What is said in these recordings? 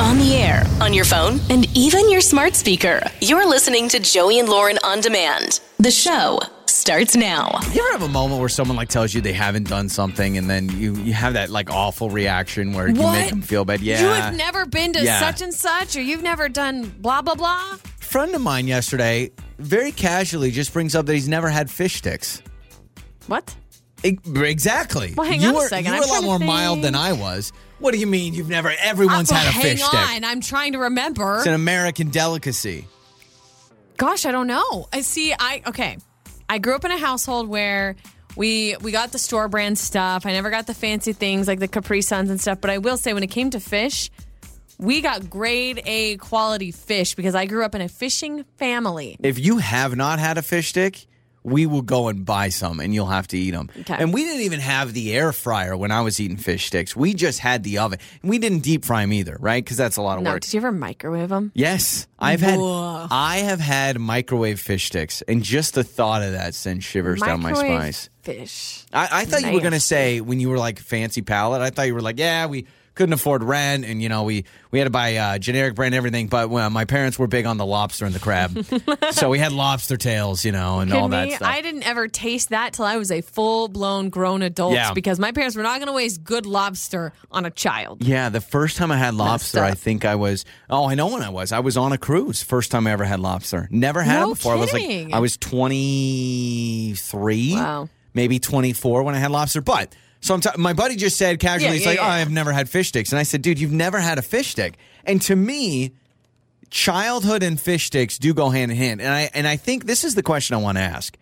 on the air, on your phone, and even your smart speaker. You're listening to Joey and Lauren on demand. The show starts now. You ever have a moment where someone like tells you they haven't done something, and then you you have that like awful reaction where you make What? them feel bad? Yeah. You have never been to Yeah. such and such, or you've never done blah blah blah. friend of mine yesterday very casually just brings up that he's never had fish sticks. What? E- Exactly. Well, hang you on a were, second. You I'm were a lot trying to more mild than think. I was. What do you mean you've never? Everyone's had a hang fish on, stick. I'm trying to remember. It's an American delicacy. Gosh, I don't know. I see. I okay. I grew up in a household where we we got the store brand stuff. I never got the fancy things like the Capri Suns and stuff. But I will say, when it came to fish, we got grade A quality fish because I grew up in a fishing family. If you have not had a fish stick, we will go and buy some and you'll have to eat them. Okay. And we didn't even have the air fryer when I was eating fish sticks. We just had the oven. And we didn't deep fry them either, right? Because that's a lot of No, work. did you ever microwave them? yes. I've had Whoa. I have had microwave fish sticks and just the thought of that sends shivers down my Microwave spine. Fish. I, I thought you were going to Nasty. say when you were like fancy palate. I thought you were like, yeah, we couldn't afford rent, and you know we we had to buy uh, generic brand everything. But well, my parents were big on the lobster and the crab, so we had lobster tails, you know, and all Kidding that me? stuff. I didn't ever taste that till I was a full blown grown adult Yeah. because my parents were not going to waste good lobster on a child. yeah, the first time I had lobster, I up. think I was. Oh, I know when I was. I was on a cruise. First time I ever had lobster. Never had No it before. I was like, kidding. I was twenty three, Wow. maybe twenty four when I had lobster. But so I'm. T- my buddy just said casually, Yeah, he's yeah, like, oh, yeah. I've never had fish sticks, and I said, dude, you've never had a fish stick, and to me, childhood and fish sticks do go hand in hand. And I and I think this is the question I want to ask.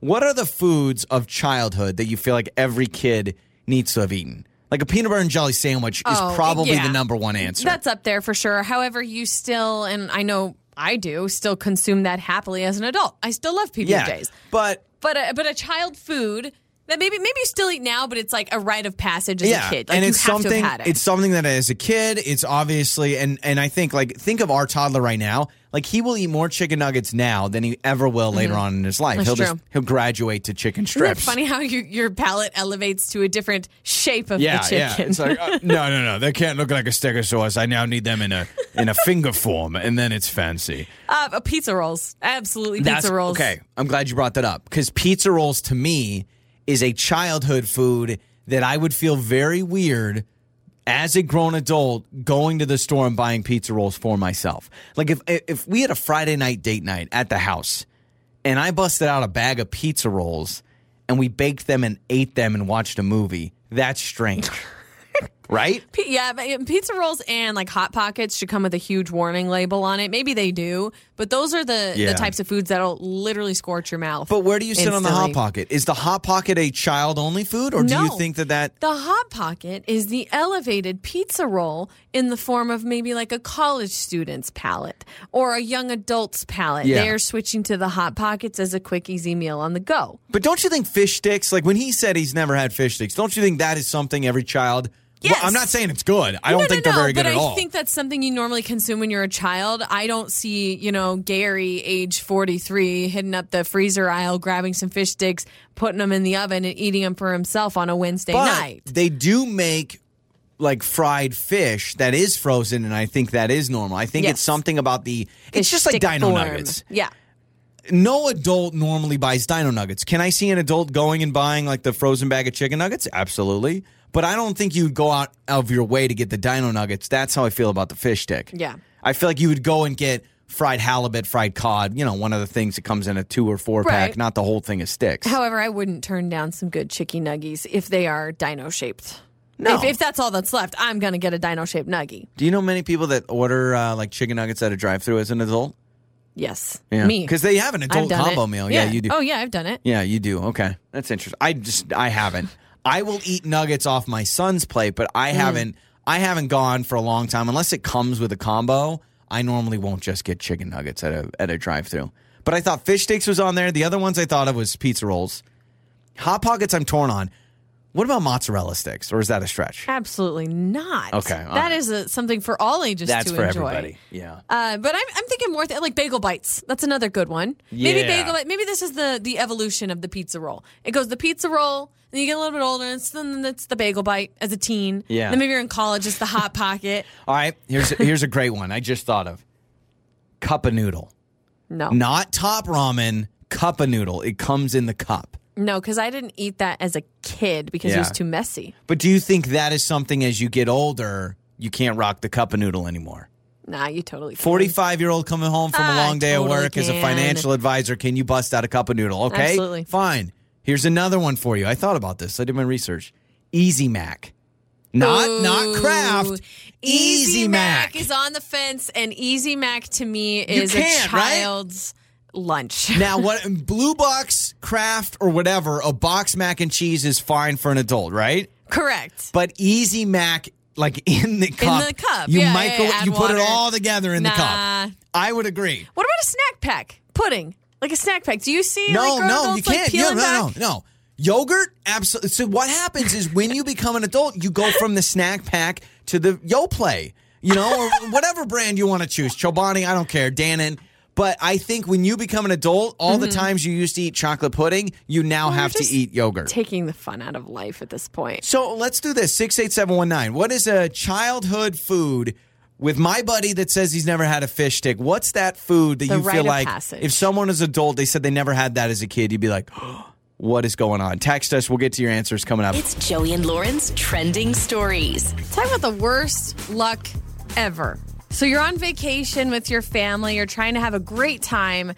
What are the foods of childhood that you feel like every kid needs to have eaten? Like a peanut butter and jelly sandwich is Oh, probably yeah. the number one answer. That's up there for sure. However, you still, and I know I do, still consume that happily as an adult. I still love PB yeah. J's. But But a, but a child food that maybe maybe you still eat now, but it's like a rite of passage as yeah, a kid. Like and you it's have to something. have had it. It's something that as a kid, it's obviously and and I think like think of our toddler right now. Like he will eat more chicken nuggets now than he ever will later on in his life. Mm-hmm. That's he'll just true. he'll graduate to chicken Isn't that strips. funny how you, your palate elevates to a different shape of the chicken. It's like, uh, no, no, no. They can't look like a stegosaurus. I now need them in a in a finger form, and then it's fancy. Uh, uh, pizza rolls, absolutely That's pizza rolls. okay. I'm glad you brought that up because pizza rolls to me is a childhood food that I would feel very weird as a grown adult going to the store and buying pizza rolls for myself. Like if if we had a Friday night date night at the house, and I busted out a bag of pizza rolls and we baked them and ate them and watched a movie. That's strange. Right? P- yeah, but, uh, pizza rolls and like hot pockets should come with a huge warning label on it. Maybe they do, but those are the, Yeah. the types of foods that'll literally scorch your mouth. But where do you sit on the hot instantly. pocket? Is the hot pocket a child only food, or do you No. think that that? The hot pocket is the elevated pizza roll in the form of maybe like a college student's palate or a young adult's palate. Yeah. They are switching to the hot pockets as a quick, easy meal on the go. But don't you think fish sticks? Like when he said he's never had fish sticks, don't you think that is something every child? Well, Yes. I'm not saying it's good. I don't no, think no, they're very no, good but at I all. think that's something you normally consume when you're a child. I don't see, you know, Gary, age 43, hitting up the freezer aisle, grabbing some fish sticks, putting them in the oven, and eating them for himself on a Wednesday but night. they do make like fried fish that is frozen, and I think that is normal. I think Yes. it's something about the. It's The just like stick Dino form. Nuggets. Yeah. No adult normally buys Dino Nuggets. Can I see an adult going and buying like the frozen bag of chicken nuggets? Absolutely. But I don't think you'd go out of your way to get the Dino Nuggets. That's how I feel about the fish stick. Yeah. I feel like you would go and get fried halibut, fried cod, you know, one of the things that comes in a two or four pack, Right. not the whole thing of sticks. However, I wouldn't turn down some good chicky nuggies if they are dino shaped. No. If, if that's all that's left, I'm going to get a dino shaped nuggie. Do you know many people that order uh, like chicken nuggets at a drive through as an adult? Yes. Yeah. Me. Because they have an I've adult done combo it. meal. Yeah. you do. Oh, yeah, I've done it. Yeah, you do. Okay. That's interesting. I just I haven't. I will eat nuggets off my son's plate, but I haven't I haven't gone for a long time unless it comes with a combo. I normally won't just get chicken nuggets at a at a drive-through. But I thought fish sticks was on there. The other ones I thought of was pizza rolls. Hot pockets I'm torn on. What about mozzarella sticks? Or is that a stretch? Absolutely not. Okay, all that right. is a, something for all ages That's to for enjoy. everybody. Yeah. Uh, but I'm, I'm thinking more th- like bagel bites. That's another good one. Maybe Yeah. bagel. bite- Maybe this is the the evolution of the pizza roll. It goes the pizza roll, and you get a little bit older, and it's, then it's the bagel bite as a teen. Yeah. Then maybe you're in college, it's the hot pocket. All right, here's here's a great one I just thought of. Cup of noodle. No, Not top ramen, cup of noodle. It comes in the cup. no, because I didn't eat that as a kid because it was Yeah. too messy. But do you think that is something as you get older, you can't rock the cup of noodle anymore? Nah, you totally. can. 45 year old coming home from a I long day of totally work as a can. financial advisor, can you bust out a cup of noodle? Okay. Absolutely. Fine. Here's another one for you. I thought about this. I did my research. Easy Mac. Not not Ooh. craft. Easy, Mac. is on the fence, and Easy Mac to me You is a can't, right? child's lunch. now what blue box craft or whatever, a box mac and cheese is fine for an adult, right? Correct. But Easy Mac, like in the cup. the cup. You Yeah, yeah, microwave yeah. Add you put it water. all together in the Nah. cup. I would agree. What about a snack pack? Pudding. Like a snack pack. Do you see No, like grown no, adults you can't. like Yeah, peeling no, back? no, no. Yogurt, absolutely. So what happens is when you become an adult, you go from the snack pack to the Yo Play, you know, or whatever brand you want to choose. Chobani, I don't care, Dannon. But I think when you become an adult, all the times you used to eat chocolate pudding, you now have to Mm-hmm. just eat yogurt. Taking the fun out of life at this point. so let's do this. Six eight seven one nine. What is a childhood food? With my buddy that says he's never had a fish stick, what's that food that The you rite feel of like passage. if someone is adult, they said they never had that as a kid, you'd be like, what is going on? Text us. We'll get to your answers coming up. It's Joey and Lauren's trending stories. Talk about the worst luck ever. So you're on vacation with your family, you're trying to have a great time,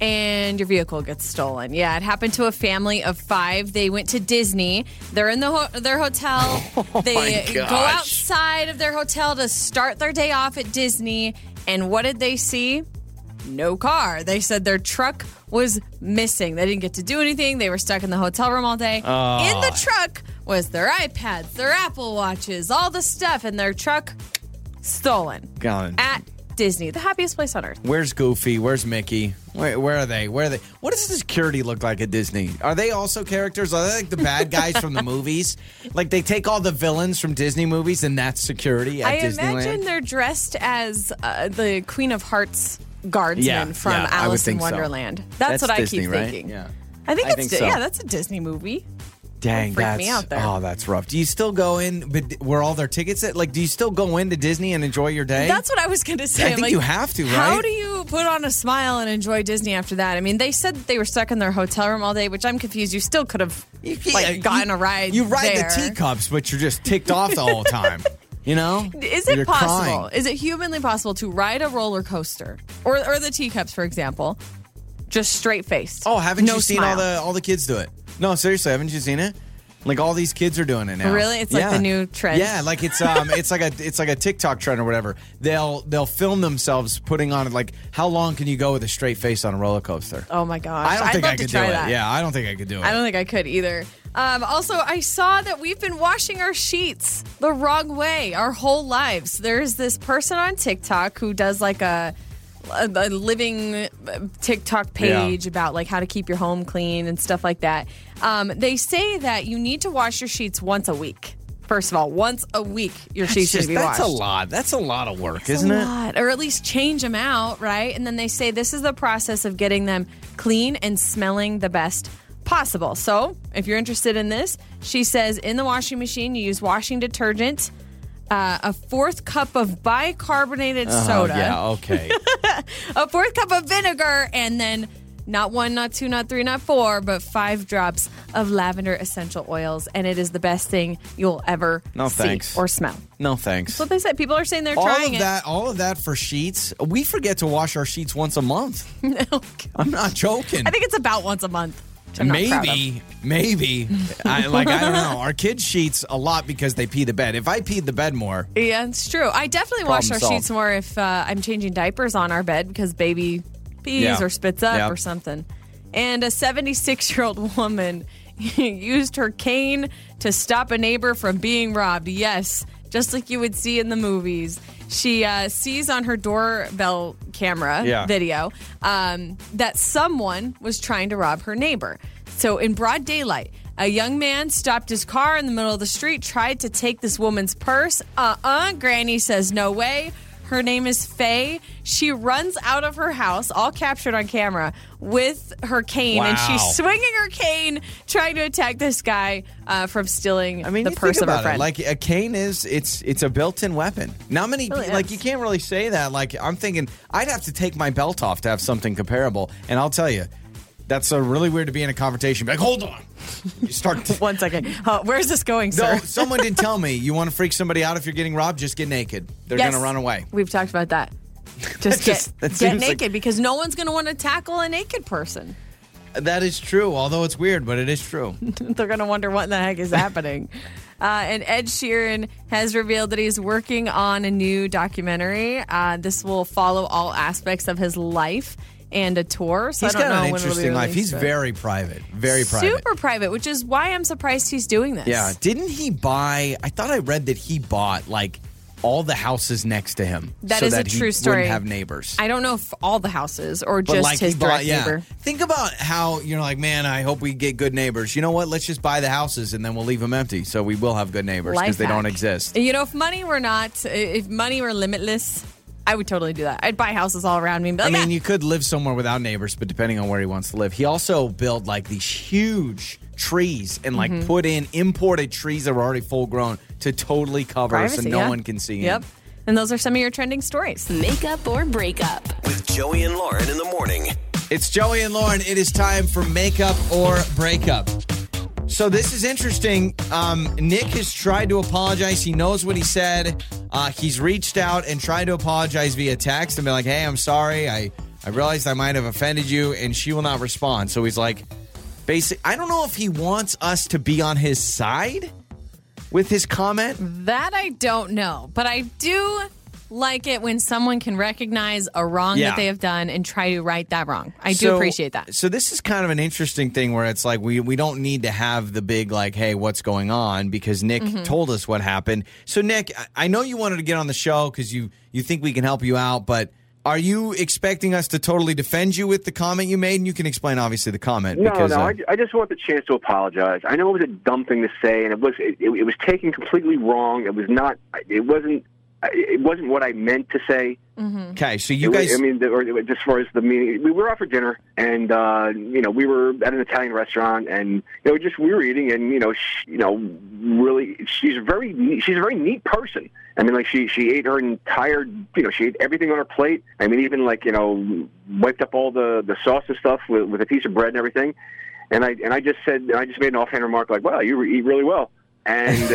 and your vehicle gets stolen. Yeah, it happened to a family of five. They went to Disney. They're in the ho- their hotel. they go Oh gosh. outside of their hotel to start their day off at Disney. And what did they see? no car. They said their truck was missing. They didn't get to do anything. They were stuck in the hotel room all day. In Oh. the truck was their iPads, their Apple Watches, all the stuff, and their truck stolen Gone. at Disney, the happiest place on earth. Where's Goofy? Where's Mickey? Where, where are they? Where are they? What does the security look like at Disney? Are they also characters? Are they like the bad guys from the movies? Like they take all the villains from Disney movies and that's security at I Disneyland? imagine they're dressed as uh, the Queen of Hearts guardsmen Yeah, from yeah, I would Alice in think so. Wonderland. That's, what I Disney, keep right? thinking. Yeah. I think I it's think Di- so. yeah, that's a Disney movie. Dang, freak that's me out there. oh, that's rough. Do you still go in? But where all their tickets at? Like, do you still go into Disney and enjoy your day? That's what I was going to say. I I'm think like, you have to, How right? do you put on a smile and enjoy Disney after that? I mean, they said that they were stuck in their hotel room all day, which I'm confused. You still could have like gotten you, a ride. You ride there. the teacups, but you're just ticked off the whole time. You know? Is You're it crying. possible? Is it humanly possible to ride a roller coaster or or the teacups, for example, just straight faced? Oh, haven't no you seen all smile. the all the kids do it? No, seriously, haven't you seen it? Like all these kids are doing it now. Really? It's like the new trend. Yeah, like it's um, it's like a it's like a TikTok trend or whatever. They'll they'll film themselves putting on like how long can you go with a straight face on a roller coaster? Oh my gosh! I don't I'd think love I to could do try it. That. Yeah, I don't think I could do it. I don't think I could either. Um, also, I saw that we've been washing our sheets the wrong way our whole lives. There's this person on TikTok who does like a a, a living uh, TikTok page about like how to keep your home clean and stuff like that. Um, they say that you need to wash your sheets once a week. First of all, once a week your sheets It's should just- be that's washed. a lot. That's a lot of work, isn't a it? lot, or at least change them out, right? And then they say this is the process of getting them clean and smelling the best possible. So, if you're interested in this, she says in the washing machine, you use washing detergent, uh, a fourth cup of bicarbonated soda, Oh, yeah. Okay. a fourth cup of vinegar, and then not one, not two, not three, not four, but five drops of lavender essential oils. And it is the best thing you'll ever No, see thanks. or smell. no thanks. What they said, people are saying they're all trying of it. that, all of that for sheets. We forget to wash our sheets once a month. I'm not joking. I think it's about once a month. which I'm not proud of. maybe, maybe. I, like I don't know. Our kids sheets a lot because they pee the bed. If I peed the bed more, Yeah, it's true. I definitely wash our Problem solved. sheets more if uh, I'm changing diapers on our bed because baby pees Yeah. or spits up Yep. or something. And a 76 year old woman used her cane to stop a neighbor from being robbed. Yes, just like you would see in the movies. She uh, sees on her doorbell camera Yeah. video um, that someone was trying to rob her neighbor. So in broad daylight, A young man stopped his car in the middle of the street, tried to take this woman's purse. Uh uh Granny says, no way. Her name is Faye. She runs out of her house, all captured on camera, with her cane, and Wow. she's swinging her cane, trying to attack this guy uh, from stealing I mean, the you purse think of her about it. friend. Like a cane is, it's it's a built-in weapon. Not many, Really like is. you can't really say that. Like I'm thinking, I'd have to take my belt off to have something comparable. And I'll tell you, that's uh really weird to be in a conversation. Be like, hold on, you start. One second. Uh, where's this going, no, sir? someone did tell me you want to freak somebody out if you're getting robbed. Just get naked. They're Yes. gonna run away. We've talked about that. Just get, just- that get seems like- naked because no one's going to want to tackle a naked person. That is true. Although it's weird, but it is true. They're going to wonder what in the heck is happening. Uh, and Ed Sheeran has revealed that he's working on a new documentary. Uh, this will follow all aspects of his life and a tour. So He's I don't got know an when it'll be interesting life. He's released, but- very private. Very private. super private, which is why I'm surprised he's doing this. Yeah. Didn't he buy? I thought I read that he bought like all the houses next to him. That so is a that he true story. Wouldn't have neighbors. I don't know if all the houses or but just like his he bought, direct yeah. neighbor. Think about how you know, like, man, I hope we get good neighbors. You know what? Let's just buy the houses and then we'll leave them empty, so we will have good neighbors because Life they don't hack. exist. You know, if money were not, if money were limitless, I would totally do that. I'd buy houses all around me. And be I like, mean, "Ah." you could live somewhere without neighbors, but depending on where he wants to live, he also built like these huge trees and like Mm-hmm. put in imported trees that were already full grown to totally cover so "Ah, Privacy, no yeah. one can see him. Yep. And those are some of your trending stories. Makeup or breakup. With Joey and Lauren in the morning. It's Joey and Lauren. It is time for makeup or breakup. So this is interesting. Um, Nick has tried to apologize. He knows what he said. Uh, he's reached out and tried to apologize via text and be like, "Hey, I'm sorry. I I realized I might have offended you," and she will not respond. So he's like, "Basic." I don't know if he wants us to be on his side with his comment. That I don't know, but I do like it when someone can recognize a wrong Yeah. that they have done and try to right that wrong. I do So- appreciate that. So this is kind of an interesting thing where it's like we we don't need to have the big like, hey, what's going on? Because Nick Mm-hmm. told us what happened. So Nick, I- I know you wanted to get on the show because you you think we can help you out, but are you expecting us to totally defend you with the comment you made? And you can explain obviously the comment. No, because, no. uh, I, ju- I just want the chance to apologize. I know it was a dumb thing to say, and it was it, it was taken completely wrong. It was not. It wasn't. It wasn't what I meant to say. okay, so you It was- guys. I mean, the, or, it- as far as the meaning, we were out for dinner, and uh, you know, we were at an Italian restaurant, and you know, just we were eating, and you know, sh you know, really, she's very, neat- she's a very neat person. I mean, like she she ate her entire, you know, she ate everything on her plate. I mean, even like you know, wiped up all the the sauce and stuff with, with a piece of bread and everything. And I and I just said, and I just made an offhand remark like, "Wow, you eat really well." and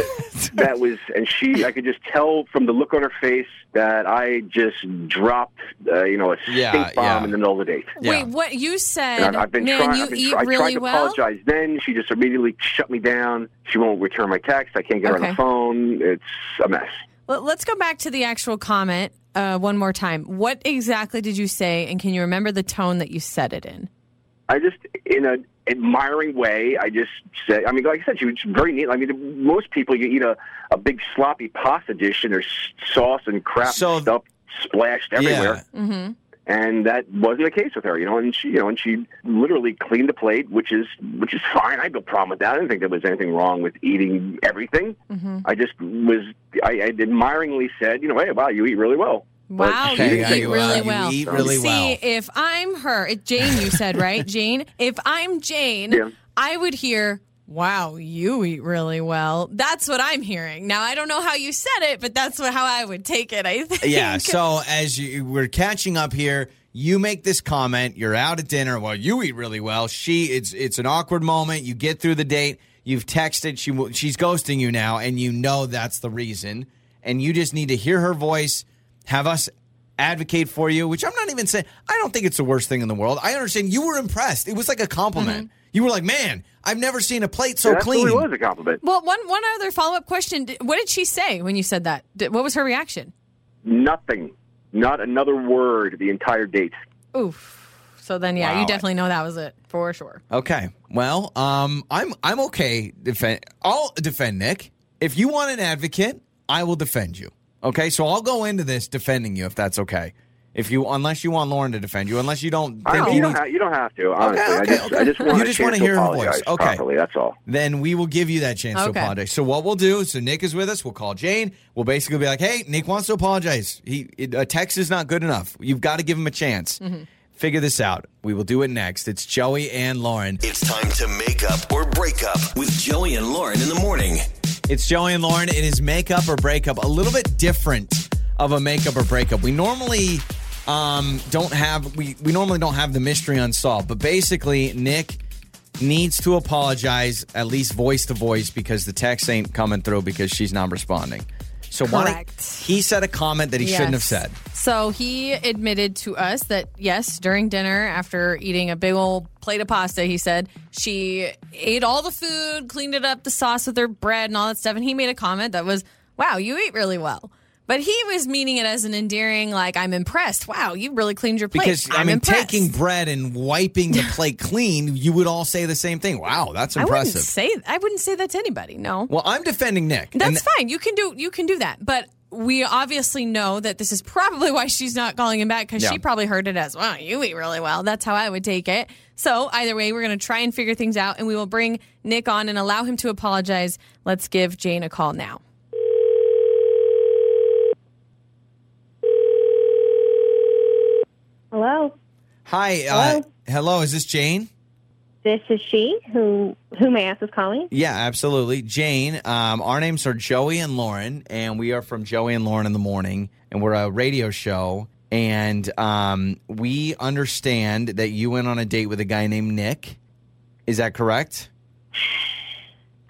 that was and she i could just tell from the look on her face that i just dropped uh, you know a stink Yeah, bomb yeah. in the middle of the date yeah. Wait, what you said, and I- I've been man, trying. you I've been eat try- I tried really to well? apologize. Then she just immediately shut me down. She won't return my text. I can't get her on Okay. the phone. It's a mess. Let- Let's go back to the actual comment uh, one more time. What exactly did you say, and can you remember the tone that you said it in? I just, in a admiring way, I just said, I mean, like I said, she was very neat. I mean, most people, you eat a, a big sloppy pasta dish and there's sauce and crap So- and stuff splashed everywhere. Mm-hmm. And that wasn't the case with her, you know. And she, you know, and she literally cleaned the plate, which is which is fine. I had no problem with that. I didn't think there was anything wrong with eating everything. Mm-hmm. I just was, I, I admiringly said, you know, hey, wow, you eat really well. But Wow, she Okay, didn't yeah, you say eat you, uh, really you well. eat really See, well. if I'm her, it, Jane, you said right, Jane. If I'm Jane, Yeah. I would hear, "Wow, you eat really well." That's what I'm hearing now. I don't know how you said it, but that's what, how I would take it. I think. yeah. So as you, we're catching up here, you make this comment. You're out at dinner. Well, you eat really well. She. It's it's an awkward moment. You get through the date. You've texted. She w- she's ghosting you now, and you know that's the reason. And you just need to hear her voice. Have us advocate for you, which I'm not even saying. I don't think it's the worst thing in the world. I understand you were impressed. It was like a compliment. You were like, man, I've never seen a plate so Mm-hmm. It clean. absolutely was a compliment. Well, one one other follow up question. Did- What did she say when you said that? Did, what was her reaction? Nothing, not another word. The entire date. Oof. So then, yeah, Wow. you definitely know that was it for sure. Okay. Well, um, I'm I'm okay. Defend. I'll defend Nick. If you want an advocate, I will defend you. Okay. So I'll go into this defending you if that's okay. If you, unless you want Lauren to defend you, unless you don't I think don't, you you, don't need- have, you don't have to, honestly. I okay, just, I just want You a just chance wanna to hear her voice. apologize Okay. properly. That's all. then we will give you that chance to Okay. apologize. So what we'll do, so Nick is with us, we'll call Jane. We'll basically be like, "Hey, Nick wants to apologize. He it, a text is not good enough. You've got to give him a chance. Figure this out. We will do it next. It's Joey and Lauren. It's time to make up or break up with Joey and Lauren in the morning. It's Joey and Lauren. It is makeup or breakup. A little bit different of a makeup or breakup. We normally um, don't have we we normally don't have the mystery unsolved, but basically Nick needs to apologize at least voice to voice because the text ain't coming through because she's not responding. So why Correct. he said a comment that he shouldn't have said. So he admitted to us that yes, during dinner after eating a big old plate of pasta, he said she ate all the food, cleaned it up, the sauce with her bread and all that stuff, and he made a comment that was, "Wow, you eat really well." But he was meaning it as an endearing, like I'm impressed. Wow, you really cleaned your plate. Because I I'm mean, impressed." taking bread and wiping the plate clean, you would all say the same thing. Wow, that's I wouldn't impressive. say I wouldn't say that to anybody. No, well, I'm defending Nick. and That's fine. You can do you can do that. But we obviously know that this is probably why she's not calling him back because Yeah. she probably heard it as, "Wow, you eat really well." That's how I would take it. So either way, we're going to try and figure things out, and we will bring Nick on and allow him to apologize. Let's give Jane a call now. Hello, Hi, uh, Hello? hello. Is this Jane? this is she who who may I ask is calling. Yeah, absolutely. Jane, um, our names are Joey and Lauren, and we are from Joey and Lauren in the Morning, and we're a radio show. And um, we understand that you went on a date with a guy named Nick. Is that correct?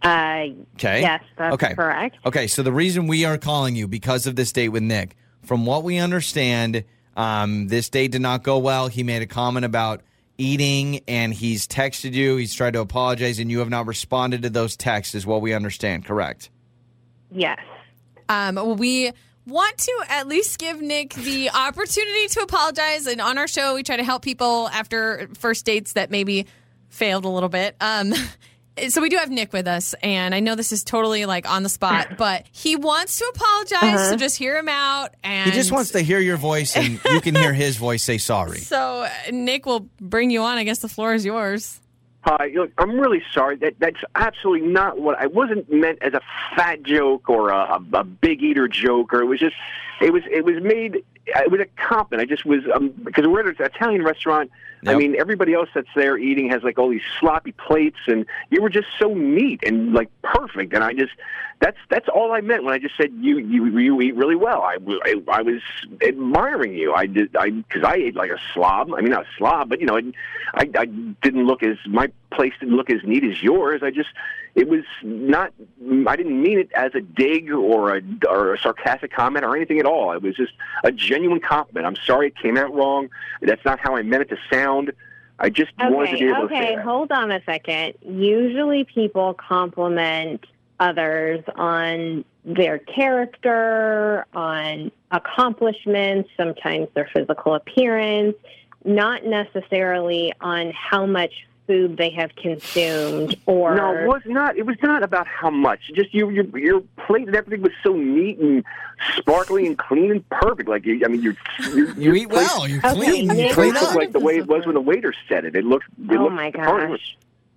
Uh, Okay. yes, that's okay. correct. Okay, so the reason we are calling you because of this date with Nick, from what we understand, um, this date did not go well. He made a comment about eating, and he's texted you. He's tried to apologize, and you have not responded to those texts, is what we understand. Correct? Yes. Um, well, we want to at least give Nick the opportunity to apologize. And on our show, we try to help people after first dates that maybe failed a little bit. Um, so we do have Nick with us, and I know this is totally like on the spot, but he wants to apologize. So just hear him out, and Uh-huh. He just wants to hear your voice, and you can hear his voice say sorry. So uh, Nick will bring you on. I guess the floor is yours. Hi, look, I'm really sorry. That that's absolutely not what I wasn't meant as a fat joke or a, a, a big eater joke. Or it was just, it was it was made. It was a compliment. I just was um, because we're at an Italian restaurant. I Yep. mean, everybody else that's there eating has like all these sloppy plates, and you were just so neat and like perfect. And I just that's that's all I meant when I just said you you you eat really well. I w- I, I was admiring you. I did I because I ate like a slob. I mean, not a slob, but you know, I, I I didn't look as my place didn't look as neat as yours. I just it was not. I didn't mean it as a dig or a or a sarcastic comment or anything at all. It was just a genuine compliment. I'm sorry it came out wrong. That's not how I meant it to sound. I just wanted to Okay. be able to say Okay. that. Hold on a second. Usually, people compliment others on their character, on accomplishments, sometimes their physical appearance, not necessarily on how much food they have consumed or No, it was not. It was not about how much. Just you, your your plate and everything was so neat and sparkly and clean and perfect. Like you, I mean, you you, You eat well. You Okay, clean. You Nick- clean plate up. looked like the way it was when the waiter said it. It looked. It Oh looked my fine. It,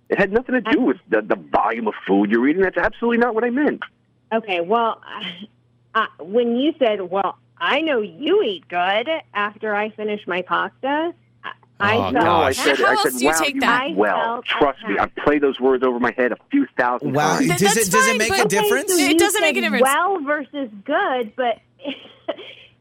gosh. had nothing to do with the, the volume of food you're eating. That's absolutely not what I meant. Okay, well, uh, when you said, "Well, I know you eat good," after I finished my pasta, I, I Oh, felt gosh. No, I said. How I else said, do you wow, take you that? eat well, I felt trust me, I attacked. play those words over my head a few thousand Wow. times. Th- Does it that's does it fine, make but- a Okay, Okay, so difference? It you doesn't make said a difference. Well versus good, but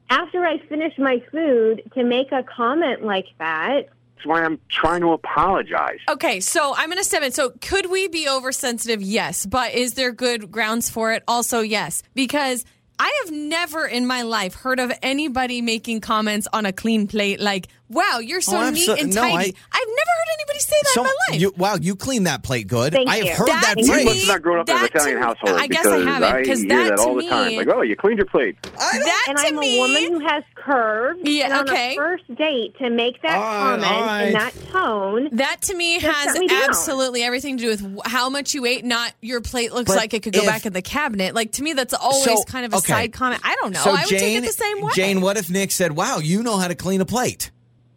after I finished my food, to make a comment like that, That's why I'm trying to apologize. Okay, so I'm going to step in. So, could we be oversensitive? Yes. But is there good grounds for it? Also, yes. Because I have never in my life heard of anybody making comments on a clean plate like, wow, you're so Oh, neat abso- and no, tidy. I- I, have never heard anybody say that So- in my life. you, wow, you clean that plate good. Thank I have you. heard that, That that to You phrase. must have not grown up in an that to- Italian household I guess I because haven't, 'cause hear that that to all the me- time. Like, oh, you cleaned your plate. I don't that and to I'm me, a woman who has curb. Yeah, and on okay. A first date to make that All right, comment all right. in that tone. That to me has shut me down. absolutely everything to do with wh- how much you ate, not your plate looks But like it could go if- back in the cabinet. Like to me, that's always So, kind of a okay. side comment. I don't know. I would take it the same way. Jane, what if Nick said, "Wow, you know how to clean a plate"?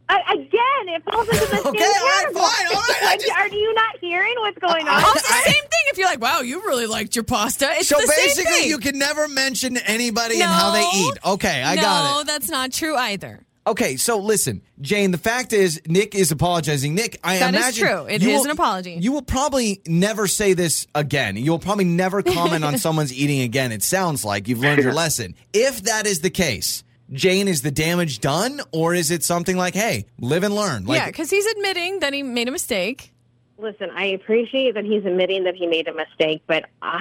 I, again, it falls into the same Okay, all right, category. fine, all right, I Are- just- Are you not hearing what's going on? Oh, it's the same thing. If you're like, wow, you really liked your pasta. It's so the same basically, thing. you can never mention anybody and how they No. eat. Okay, I no, got it. that's not true either. Okay, so listen, Jane. The fact is, Nick is apologizing. Nick, I That is imagine true. It you is will- an apology. You will probably never say this again. You'll probably never comment on someone's eating again. It sounds like you've learned your lesson. If that is the case, Jane, is the damage done, or is it something like, "Hey, live and learn"? Like, yeah, because he's admitting that he made a mistake. Listen, I appreciate that he's admitting that he made a mistake, but uh,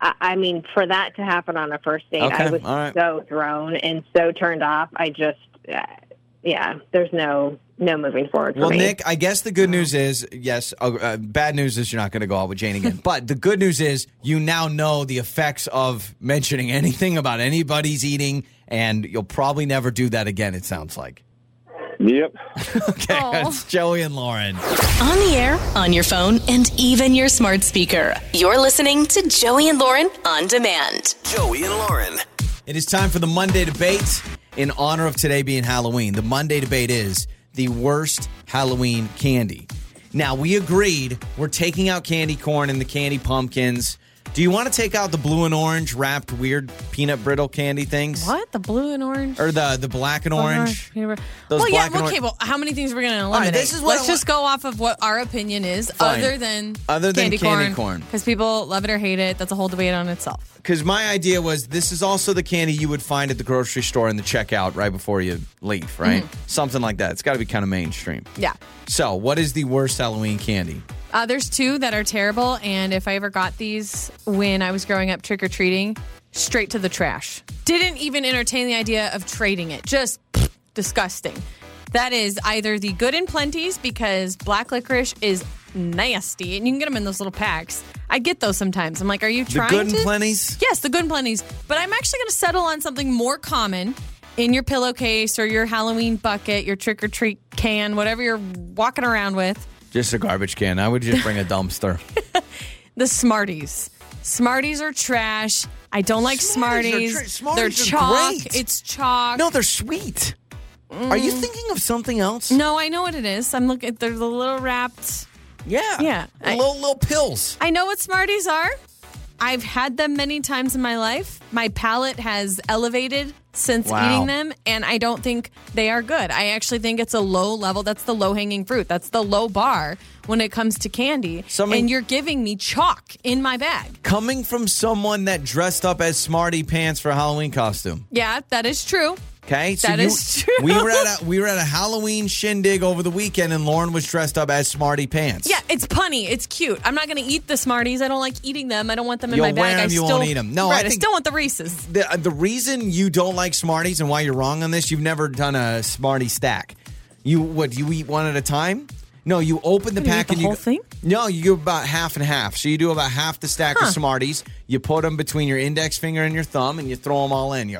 I I mean, for that to happen on a first date, Okay, I was all right. so thrown and so turned off. I just, uh, yeah, there's no no moving forward for Well, me. Nick, I guess the good news is yes. Uh, uh, bad news is you're not going to go out with Jane again. but the good news is you now know the effects of mentioning anything about anybody's eating, and you'll probably never do that again. It sounds like. Yep. Okay, Aw. it's Joey and Lauren. On the air, on your phone, and even your smart speaker. You're listening to Joey and Lauren on demand. Joey and Lauren. It is time for the Monday debate in honor of today being Halloween. The Monday debate is the worst Halloween candy. Now, we agreed we're taking out candy corn and the candy pumpkins. Do you want to take out the blue and orange wrapped weird peanut brittle candy things? What? The blue and orange? Or the, the black and orange? Those well, yeah. black and okay. orange- Well, how many things we're going to right, eliminate? this is what Let's I just go off of what our opinion is, Fine. other than Other than candy corn. because people love it or hate it. That's a whole debate on itself. Because my idea was this is also the candy you would find at the grocery store in the checkout right before you leave, right? Something like that. It's got to be kind of mainstream. Yeah. So, what is the worst Halloween candy? Uh, there's two that are terrible, and if I ever got these when I was growing up trick or treating, straight to the trash. Didn't even entertain the idea of trading it. Just disgusting. That is either the good and plenties because black licorice is nasty, and you can get them in those little packs. I get those sometimes. I'm like, are you The trying good to? and plenties? Yes, the good and plenties. But I'm actually going to settle on something more common in your pillowcase or your Halloween bucket, your trick or treat can, whatever you're walking around with. Just a garbage can. I would just bring a dumpster. the Smarties. Smarties are trash. I don't like Smarties Smarties. are tra- Smarties they're are chalk. great. It's chalk. no, they're sweet. Are you thinking of something else? Mm. No, I know what it is. I'm looking. They're the little wrapped. Yeah. Yeah, I- little little pills. I know what Smarties are. I've had them many times in my life. My palate has elevated since Wow. eating them, and I don't think they are good. I actually think it's a low level. That's the low hanging fruit. That's the low bar when it comes to candy. Somebody- and you're giving me chalk in my bag. Coming from someone that dressed up as Smarty Pants for a Halloween costume. Yeah, that is true. Okay, That you- is true. We were at a we were at a Halloween shindig over the weekend, and Lauren was dressed up as Smarty Pants. Yeah, it's punny. It's cute. I'm not going to eat the Smarties. I don't like eating them. I don't want them in You'll my bag. wear 'em, I you still won't eat 'em. No, I right, think- still want the Reese's. The, uh, the reason you don't like Smarties and why you're wrong on this, you've never done a Smartie stack. You what? You eat one at a time? No, you open the Gonna eat pack the and you whole go- thing? No, you do about half and half. So you do about half the stack of Smarties. You put them between your index finger and your thumb, and you throw them all in. You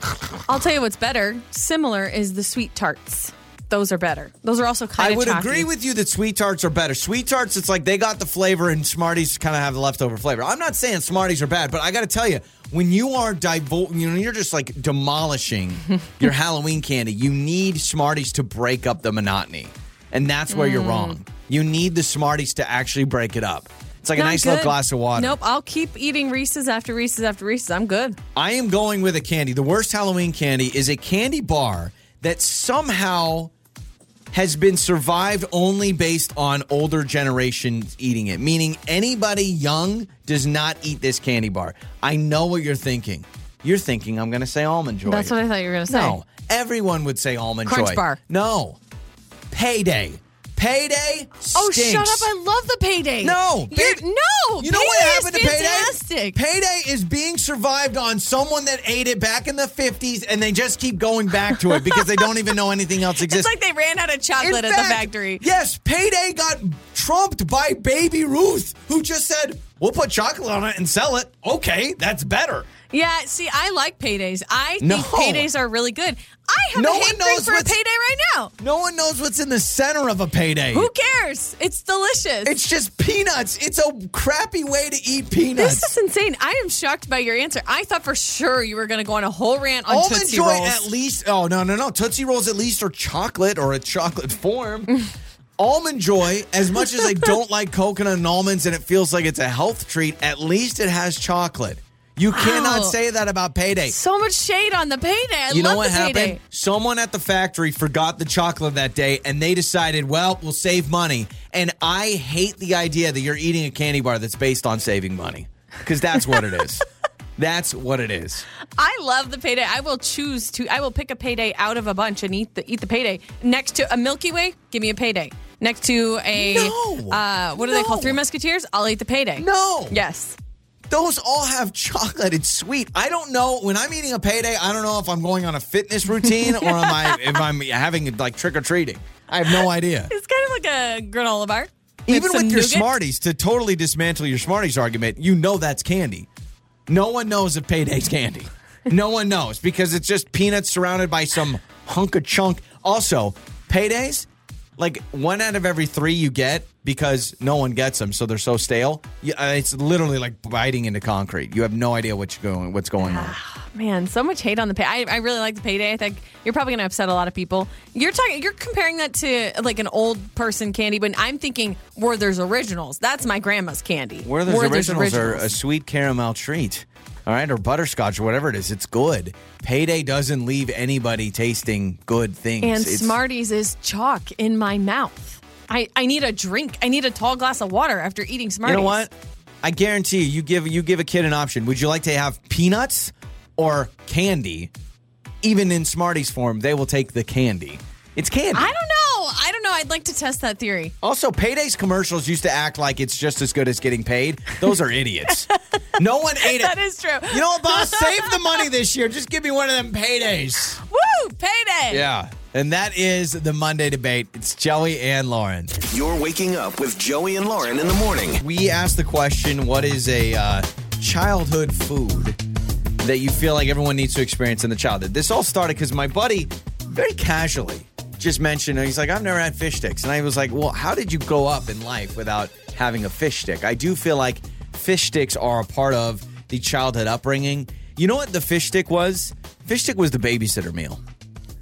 I'll tell you what's better. Similar is the sweet tarts. Those are better. Those are also kind I of. would agree with you that sweet tarts are better. Sweet tarts, it's like they got the flavor, and Smarties kind of have the leftover flavor. I'm not saying Smarties are bad, but I got to tell you, when you are divul- you know, you're just like demolishing your Halloween candy. You need Smarties to break up the monotony, and that's where you're wrong. You need the Smarties to actually break it up. It's like a nice little glass of water. Nope. I'll keep eating Reese's after Reese's after Reese's. I'm good. I am going with a candy. The worst Halloween candy is a candy bar that somehow has been survived only based on older generations eating it, meaning anybody young does not eat this candy bar. I know what you're thinking. You're thinking I'm going to say almond joy. That's what I thought you were going to say. No, everyone would say almond Crunch joy. bar. No, payday. Payday. Stinks. Oh, shut up! I love the payday. No, You're, Pay- no. You know what Payday is happened to fantastic. payday? Payday is being survived on someone that ate it back in the fifties, and they just keep going back to it because they don't even know anything else It's exists. like they ran out of In chocolate at fact, the factory. Yes, payday got trumped by Baby Ruth, who just said, "We'll put chocolate on it and sell it." Okay, that's better. Yeah, see, I like paydays. I think No. paydays are really good. I have No a one hate knows for a what's- payday right now. No one knows what's in the center of a payday. Who cares? It's delicious. It's just peanuts. It's a crappy way to eat peanuts. this is insane. I am shocked by your answer. I thought for sure you were going to go on a whole rant on Almond Tootsie Joy Rolls. Oh, at least. Oh no no no! Tootsie Rolls at least are chocolate or a chocolate form. Almond Joy, as much as I don't like coconut and almonds and it feels like it's a health treat, at least it has chocolate. You cannot Wow. say that about payday. so much shade on the payday. I you love know what the happened? payday. Someone at the factory forgot the chocolate that day and they decided, well, we'll save money. And I hate the idea that you're eating a candy bar that's based on saving money because that's what it is. That's what it is. I love the payday. I will choose to. I will pick a payday out of a bunch and eat the eat the payday next to a Milky Way. Give me a payday next to a No. uh, what do they call No. Three Musketeers? I'll eat the payday. No. Yes. those all have chocolate. It's sweet. I don't know when I'm eating a payday. I don't know if I'm going on a fitness routine or am I if I'm having like trick or treating. I have no idea. It's kind of like a granola bar. Even some with your nougat. Smarties, to totally dismantle your Smarties argument, you know that's candy. No one knows if payday's candy. No one knows because it's just peanuts surrounded by some hunk of chunk. Also, paydays, like one out of every three you get because no one gets them, so they're so stale. You- uh, It's literally like biting into concrete. You have no idea what you're going, what's going on. Man, so much hate on the pay. I, I really like the payday. I think you're probably going to upset a lot of people. You're talking. You're comparing that to like an old person candy, but I'm thinking Werther's Originals. That's my grandma's candy. Werther's, originals, are a Originals. sweet caramel treat. All right, or butterscotch, or whatever it is. It's good. Payday doesn't leave anybody tasting good things. And It's- Smarties is chalk in my mouth. I, I need a drink. I need a tall glass of water after eating You Smarties. know what? I guarantee you, you give you give a kid an option. Would you like to have peanuts or candy? Even in Smarties form, they will take the candy. It's candy. I don't know. I don't know. I'd like to test that theory. Also, Payday's commercials used to act like it's just as good as getting paid. Those are idiots. no one ate it. That is true. You know what, boss? Save the money this year. Just give me one of them paydays. Woo! Payday. Yeah. And that is the Monday debate. It's Joey and Lauren. You're waking up with Joey and Lauren in the morning. We asked the question what is a uh, childhood food that you feel like everyone needs to experience in the childhood? This all started because my buddy, very casually, just mentioned, he's like, I've never had fish sticks. And I was like, Well, how did you grow up in life without having a fish stick? I do feel like fish sticks are a part of the childhood upbringing. You know what the fish stick was? Fish stick was the babysitter meal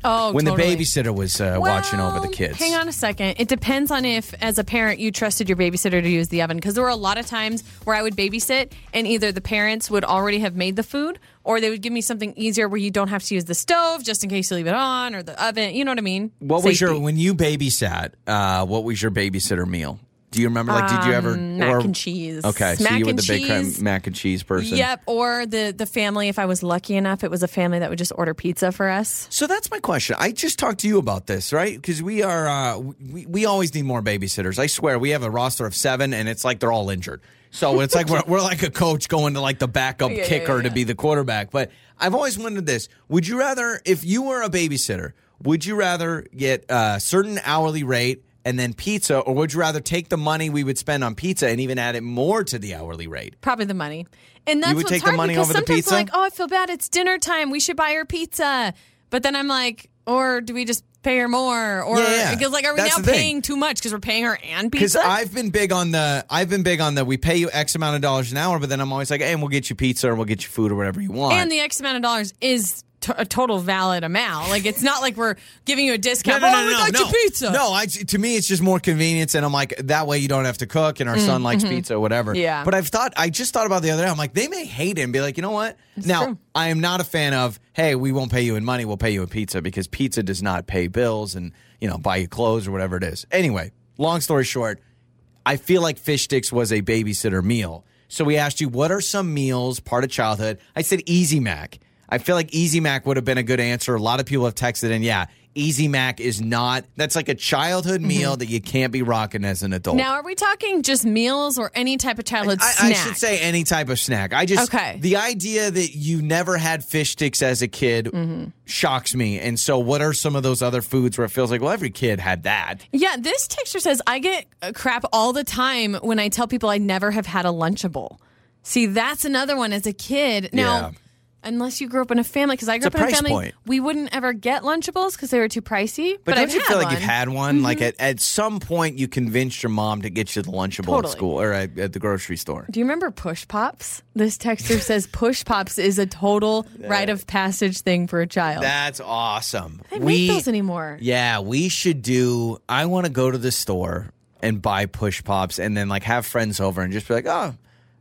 Oh, when totally. the babysitter was uh, watching over the Well, kids. Hang on a second. It depends on if, as a parent, you trusted your babysitter to use the oven. Because there were a lot of times where I would babysit, and either the parents would already have made the food, or they would give me something easier where you don't have to use the stove just in case you leave it on, or the oven. You know what I mean? What was your Safety. when you babysat? Uh, what was your babysitter meal? Do you remember? Like, did you ever Um, mac and cheese. Okay, so Mac you were and the big creme- cheese. mac and cheese person. Yep, or the the family. If I was lucky enough, it was a family that would just order pizza for us. So that's my question. I just talked to you about this, right? Because we are uh, we we always need more babysitters. I swear, we have a roster of seven, and it's like they're all injured. So it's like we're, we're like a coach going to like the backup Yeah, yeah, kicker yeah, to be the quarterback. But I've always wondered this: Would you rather, if you were a babysitter, would you rather get a certain hourly rate and then pizza, or would you rather take the money we would spend on pizza and even add it more to the hourly rate? Probably the money. And that's would what's take the hard money because over the sometimes pizza? I'm like, oh, I feel bad. It's dinner time. We should buy her pizza. But then I'm like, or do we just pay her more? Or Yeah, yeah. because like, are we That's now the thing. paying too much because we're paying her and Because pizza? I've been big on the I've been big on the we pay you X amount of dollars an hour, but then I'm always like, hey, and we'll get you pizza or we'll get you food or whatever you want. and the X amount of dollars is t- a total valid amount. Like it's not like we're giving you a no, discount. no, oh, no, we'd no, like no. your pizza. No, I, to me it's just more convenience, and I'm like that way you don't have to cook, and our son likes pizza, whatever. Mm-hmm. Yeah. But I've thought I just thought about the other day. I'm like they may hate it and be like, you know what? now I am not a fan of hey, we won't pay you in money, we'll pay you in pizza because pizza does not pay bills and you know buy you clothes or whatever it is. Anyway, long story short, I feel like fish sticks was a babysitter meal. So we asked you, what are some meals part of childhood? I said Easy Mac. I feel like Easy Mac would have been a good answer. A lot of people have texted in, yeah, Easy Mac is not, that's like a childhood meal that you can't be rocking as an adult. Mm-hmm. Now, are we talking just meals or any type of childhood I, I snack? should say any type of snack. I just Okay. the idea that you never had fish sticks as a kid Mm-hmm. shocks me. And so, what are some of those other foods where it feels like, well, every kid had that? Yeah, this texture says I get uh, crap all the time when I tell people I never have had a Lunchable. See, that's another one as a kid. Yeah. Now, unless you grew up in a family. Because I grew It's up a in a price family, point. we wouldn't ever get Lunchables because they were too pricey. But, But, I've don't you had feel like one. Mm-hmm. you've had one? Like at, at some point, you convinced your mom to get you the Lunchable at Totally. school or at, at the grocery store. Do you remember Push Pops? This texter says Push Pops is a total rite of passage thing for a child. That's awesome. they don't make those anymore. Yeah, we should do. I want to go to the store and buy push pops, and then like have friends over and just be like, oh.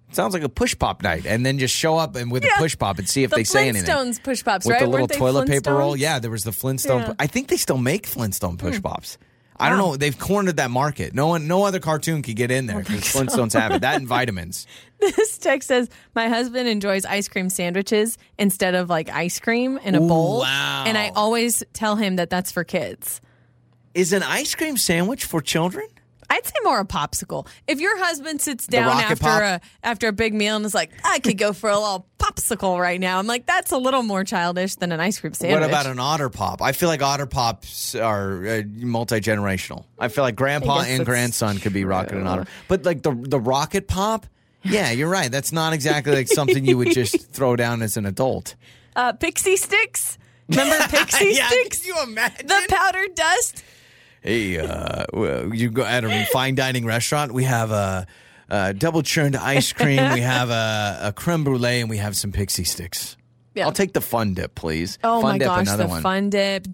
it Sounds like a push pop night, and then just show up and with Yeah. a push pop and see if the they say anything. Flintstones Push Pops, with right? the little Weren't they toilet paper roll. Flintstones? Yeah, there was the Flintstone. Yeah. Hmm. I think they still make Flintstone push pops. I don't know. They've cornered that market. No one, no other cartoon could get in Oh there because Flintstones have it. That and vitamins. This text says my husband enjoys ice cream sandwiches instead of like ice cream in a Ooh, bowl, wow. and I always tell him that that's for kids. Is an ice cream sandwich for children? I'd say more a popsicle. If your husband sits down Rocket after Pop? a after a big meal and is like, "I could go for a little popsicle right now," I'm like, "That's a little more childish than an ice cream sandwich." What about an otter pop? I feel like otter pops are uh, multi generational. I feel like grandpa guess and that's grandson could be rocking an otter. But like the the rocket pop, yeah, you're right. That's not exactly like something you would just throw down as an adult. uh, pixie sticks? Remember pixie yeah, sticks? could you imagine? The powdered dust. hey, uh, well, you go at a fine dining restaurant. We have a. Uh, double churned ice cream. We have a, a creme brulee, and we have some pixie sticks. Yeah. I'll take the fun dip, please. Oh fun my dip, gosh, another the one. fun dip,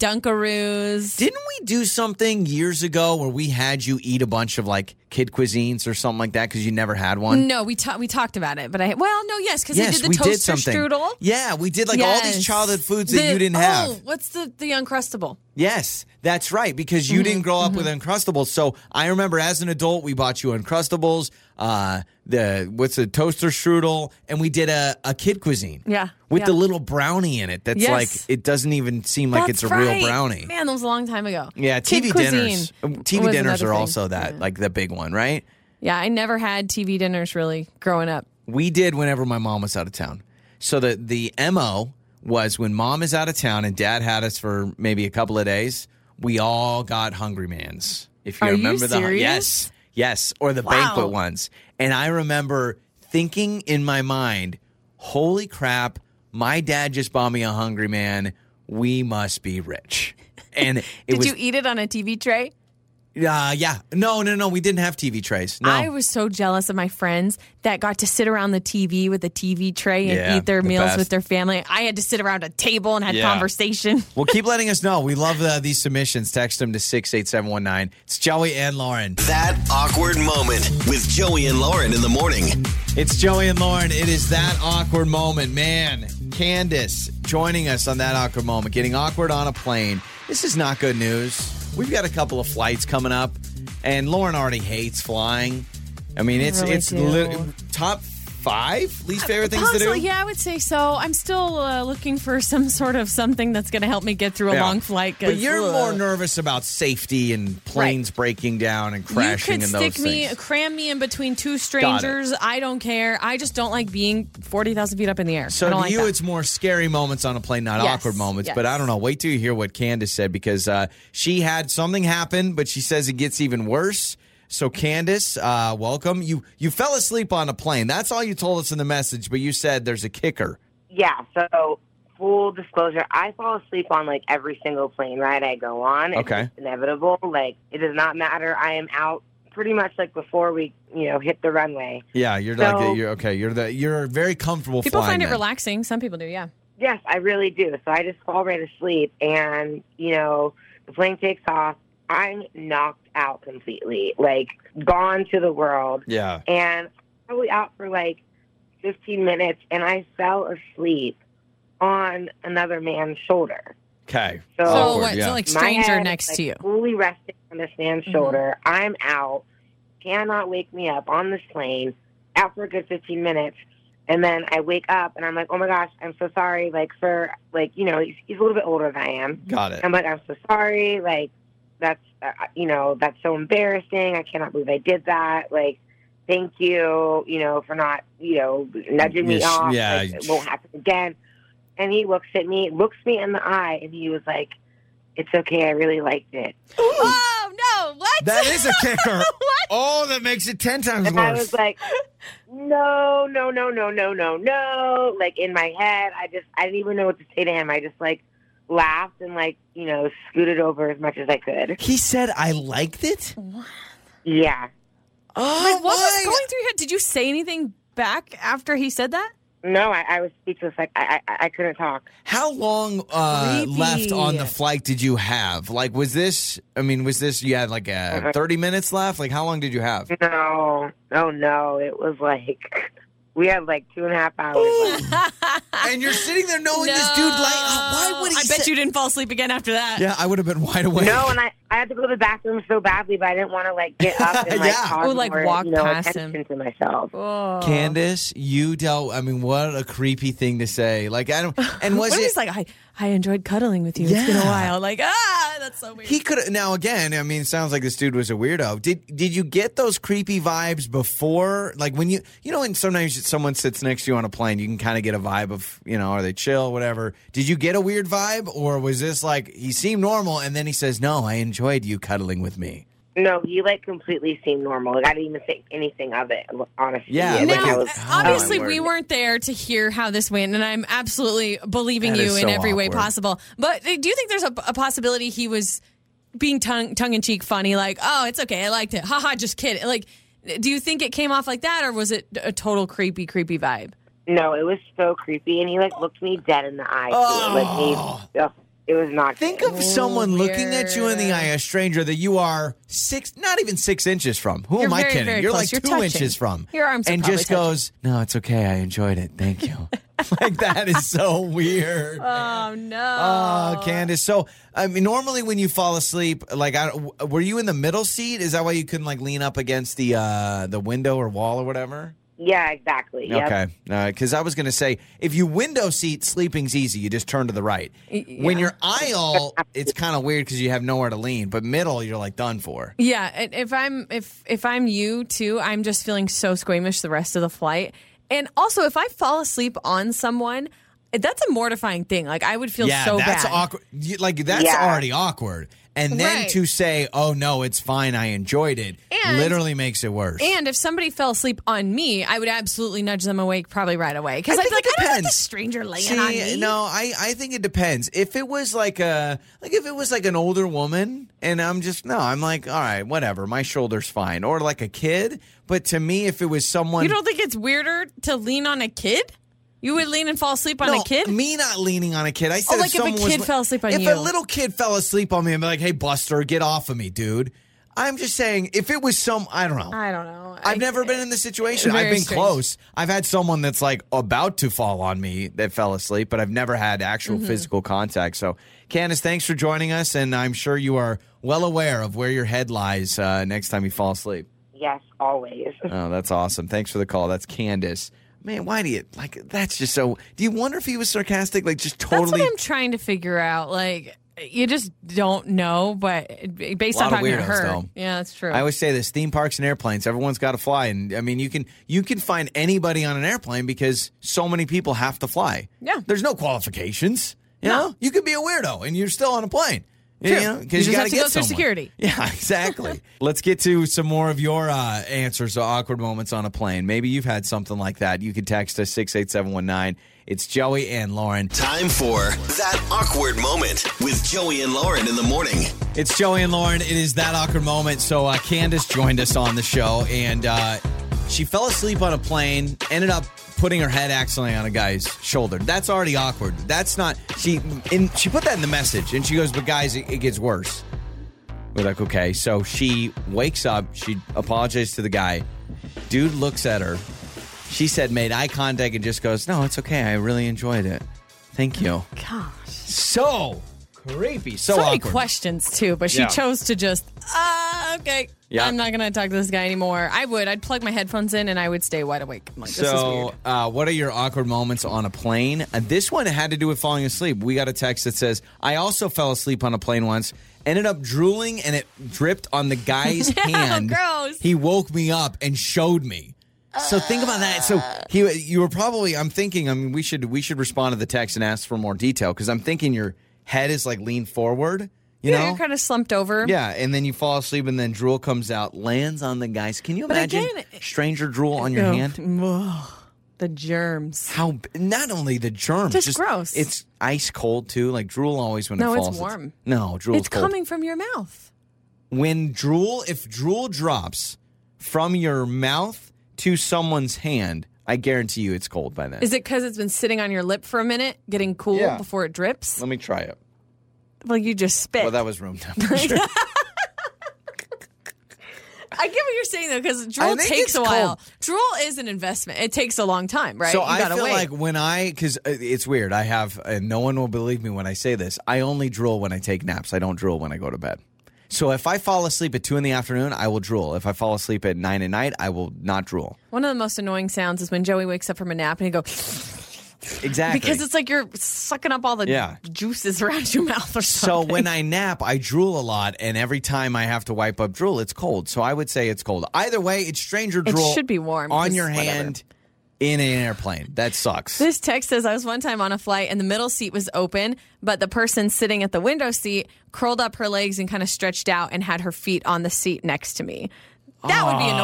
Dunkaroos. Didn't we do something years ago where we had you eat a bunch of like kid cuisines or something like that because you never had one? no, we ta- we talked about it, but I well, no, yes, because yes, I Mm, did the we toaster did something. strudel. Yeah, we did like all Yes. these childhood foods that The- you didn't have. Oh, what's the the uncrustable? Yes, that's right because you Mm-hmm. didn't grow up with Uncrustables. So I remember as an adult we bought you Uncrustables, uh, the what's a toaster strudel, and we did a, a kid cuisine. Yeah, with yeah. the little brownie in it. That's Yes. like it doesn't even seem like it's That's a right. real brownie. Man, that was a long time ago. Yeah, Kid TV cuisine dinners. TV was dinners another are thing. Mm. also that, Yeah. like the big one, right? Yeah, I never had TV dinners really growing up. We did whenever my mom was out of town. So the the mo was when mom is out of town and dad had us for maybe a couple of days. We all got Hungry Man's. If you Are you remember the hun- serious? yes, yes, or the Wow. banquet ones. And I remember thinking in my mind, "Holy crap! My dad just bought me a Hungry Man. We must be rich." And it Did was you eat it on a TV tray? Uh, yeah. No, no, no. We didn't have TV trays. No. I was so jealous of my friends that got to sit around the TV with a TV tray and Yeah, eat their the meals best. with their family. I had to sit around a table and had Yeah. conversation. well, keep letting us know. We love uh, these submissions. Text them to 68719. It's Joey and Lauren. That awkward moment with Joey and Lauren in the morning. It's Joey and Lauren. It is that awkward moment. Man, Candace joining us on that awkward moment, getting awkward on a plane. This is not good news. We've got a couple of flights coming up, and Lauren already hates flying. I mean, it's really it's do. li- top five least favorite things to do. Possibly, yeah, I would say so. I'm still uh, looking for some sort of something that's going to help me get through a Yeah. long flight. 'cause, But you're ugh. more nervous about safety and planes breaking down and You crashing could and stick those me, things. cram me in between two strangers. I don't care. I just don't like being forty thousand feet up in the air. So I to don't like you, that. it's more scary moments on a plane, not Yes, awkward moments. But yes. I don't know. Wait till you hear what Candace said because uh, she had something happen, but she says it gets even worse. So Candace, uh, welcome. You you fell asleep on a plane. That's all you told us in the message, but you said there's a kicker. Yeah, so full disclosure, I fall asleep on like every single plane ride I go on. It's Okay. just inevitable. Like it does not matter. I am out pretty much like before we, you know, hit the runway. Yeah, you're So- like you're okay. You're the you're very comfortable. people flying find it then. relaxing. Some people do, yeah. Yes, I really do. So I just fall right asleep and, you know, the plane takes off. I'm knocked out completely, like gone to the world. Yeah. and probably out for like 15 minutes and I fell asleep on another man's shoulder. Okay. So- So Awkward, what? Oh, yeah. So like My stranger head, next like, to you. Fully resting on this man's Mhm. shoulder. I'm out. Cannot wake me up on this plane out for a good 15 minutes. And then I wake up and I'm like, oh my gosh, I'm so sorry. Like, for, like, you know, he's, he's a little bit older than I am. Got it. I'm like, I'm so sorry. Like, that's, uh, you know, that's so embarrassing. I cannot believe I did that. Like, thank you, you know, for not, you know, nudging me Yes, off. yeah. Like, it won't happen again. And he looks at me, looks me in the eye, and he was like, it's okay. I really liked it. Oh no! What? That is a kicker. what? Oh, that makes it ten times And I was worse. like, no, no, no, no, no, no, no. Like in my head, I just, I didn't even know what to say to him. I just like laughed and like, you know, scooted over as much as I could. he said I liked it. Yeah. Oh, Like, what was my- going through your head? Did you say anything back after he said that? No, I, I was speechless. Like I, I, I couldn't talk. How long uh, Creepy. left on the flight did you have? Like, was this? I mean, was this? You had like Uh-huh. uh, thirty minutes left. Like, how long did you have? No, no, no. It was like we had like two and a half hours. left. and you're sitting there knowing this dude. Like, uh, why would he? I bet you didn't fall asleep again after that. Yeah, I would have been wide awake. No, and I, I had to go to the bathroom so badly, but I didn't want to like get up and like Yeah. cause Or, like, more, walk you know, past him. attention to myself. Oh. Candace, you dealt. I mean, what a creepy thing to say. Like, I don't. And was What if it? he's like, I, I enjoyed cuddling with you. It's been a Yeah. while. Like, ah, that's so weird. he could now again. I mean, it sounds like this dude was a weirdo. Did did you get those creepy vibes before? Like when you you know, and sometimes someone sits next to you on a plane, you can kind of get a vibe of you know, are they chill, whatever. Did you get a weird vibe, or was this like he seemed normal and then he says, "No, I enjoyed you cuddling with me." No, he like completely seemed normal. Like I didn't even think anything of it. Honestly, Yeah, Like, like I now, uh, was- obviously, I was- we weren't there to hear how this went, and I'm absolutely believing That you is in so every way awkward. possible. But uh, do you think there's a, a possibility he was being tongue tongue in cheek funny, like, "Oh, it's okay, I liked it, haha, just kidding." Like, do you think it came off like that, or was it a total creepy, creepy vibe? No, it was so creepy, and he like looked me dead in the eye. Too. Like he, ugh, it was not. Oh. Think good. of someone looking at you in the weird. eye, a stranger that you are six, not even six inches from. Who You're am I very, kidding? very You're close. like You're two touching. inches from. Your arms are and probably just goes, "No, it's okay. I enjoyed it. Thank you." like that is so weird. Oh no! Oh, Candace. So, I mean, normally when you fall asleep, like, I, w- were you in the middle seat? Is that why you couldn't like lean up against the uh, the window or wall or whatever? Yeah, exactly. Yep. Okay. Because I was going to say, if you window seat, sleeping's easy. You just turn to the right. When you're aisle, it's kind of weird because you have nowhere to lean. But middle, you're like done for. Yeah, and if I'm if if I'm you too, I'm just feeling so squeamish the rest of the flight. And also, if I fall asleep on someone, that's a mortifying thing. Like I would feel yeah, so that's bad. awkward. You- Like that's Yeah. already awkward. And then Right. to say, "Oh no, it's fine. I enjoyed it," And- literally makes it worse. And if somebody fell asleep on me, I would absolutely nudge them awake probably right away because I I'd be think like, it I don't want depends. this stranger laying See, on me. no, I, I think it depends. If it was like a like if it was like an older woman and I'm just no, I'm like, all right, whatever, my shoulder's fine. Or like a kid. But to me if it was someone You don't think it's weirder to lean on a kid? You would lean and fall asleep on no, a kid? Oh, Me not leaning on a kid. I said like if a someone kid was, fell asleep on if you. a little kid fell asleep on me, I'd be like, hey Buster, get off of me, dude. I'm just saying if it was some I don't know. I don't know. I've never been in this situation. Very I've been strange. close. I've had someone that's like about to fall on me that fell asleep, but I've never had actual Mm-hmm. physical contact. So, Candace, thanks for joining us. And I'm sure you are well aware of where your head lies uh, next time you fall asleep. Yes, always. Oh, that's awesome. Thanks for the call. That's Candace. Man, why do you like that's just so. Do you wonder if he was sarcastic? Like, just That's totally. what I'm trying to figure out. Like, you just don't know, but based A lot of on talking to weirdos, her, though. yeah, that's true. I always say this: theme parks and airplanes. Everyone's got to fly, and I mean, you can you can find anybody on an airplane because so many people have to fly. Yeah. there's no qualifications. You No. know, you could be a weirdo and you're still on a plane. True. You know, You because just you, got have to get go through someone. security. Yeah, exactly. Let's get to some more of your uh, answers to awkward moments on a plane. Maybe you've had something like that. You can text us six eight seven one nine. It's Joey and Lauren. Time for That Awkward Moment with Joey and Lauren in the morning. It's Joey and Lauren. It is that awkward moment. So uh, Candace joined us on the show, and uh, she fell asleep on a plane. Ended up putting her head accidentally on a guy's shoulder. That's already awkward. That's not she. In she put that in the message, and she goes, "But guys, it, it gets worse." We're like, okay. So she wakes up. She apologizes to the guy. Dude looks at her. She said, made eye contact, and just goes, "No, it's okay. I really enjoyed it. Thank you." Gosh, So creepy. So, so many awkward. questions too, but she Yeah. chose to just ah okay. Yeah. I'm not gonna talk to this guy anymore. I would. I'd plug my headphones in and I would stay wide awake. I'm like, this is So, weird. uh, what are your awkward moments on a plane? Uh, this one had to do with falling asleep. We got a text that says, "I also fell asleep on a plane once. Ended up drooling, and it dripped on the guy's hand. gross. He woke me up and showed me." So think about that. So he, you were probably. I'm thinking. I mean, we should we should respond to the text and ask for more detail because I'm thinking your head is like leaned forward. You yeah, know? you're kind of slumped over. Yeah, and then you fall asleep, and then drool comes out, lands on the guys. Can you But imagine again- uh, stranger drool on your hand? the germs. How b- not only the germs, Just gross. It's ice cold too. Like drool always when No, it it's falls. warm. no, drool. it's coming from your mouth. when drool. If drool drops from your mouth to someone's hand, I guarantee you it's cold by then. Is it because it's been sitting on your lip for a minute, getting cool Yeah. before it drips? Let me try it. Well, you just spit. Well, that was room temperature. I get what you're saying though, because I drool think it's takes a while. cold. Drool is an investment. It takes a long time, right? So you I gotta feel wait. like when I, because it's weird, I have, and no one will believe me when I say this. I only drool when I take naps. I don't drool when I go to bed. So if I fall asleep at two in the afternoon, I will drool. If I fall asleep at nine at night, I will not drool. one of the most annoying sounds is when Joey wakes up from a nap and he go Exactly. because it's like you're sucking up all the Yeah. juices around your mouth or so something. when I nap, I drool a lot, and every time I have to wipe up drool, it's cold. So I would say it's cold. Either way, it's stranger drool. should be warm, on 'cause your whatever. hand in an airplane. That sucks. This text says I was one time on a flight and the middle seat was open, but the person sitting at the window seat curled up her legs and kind of stretched out and had her feet on the seat next to me. That would be Ah.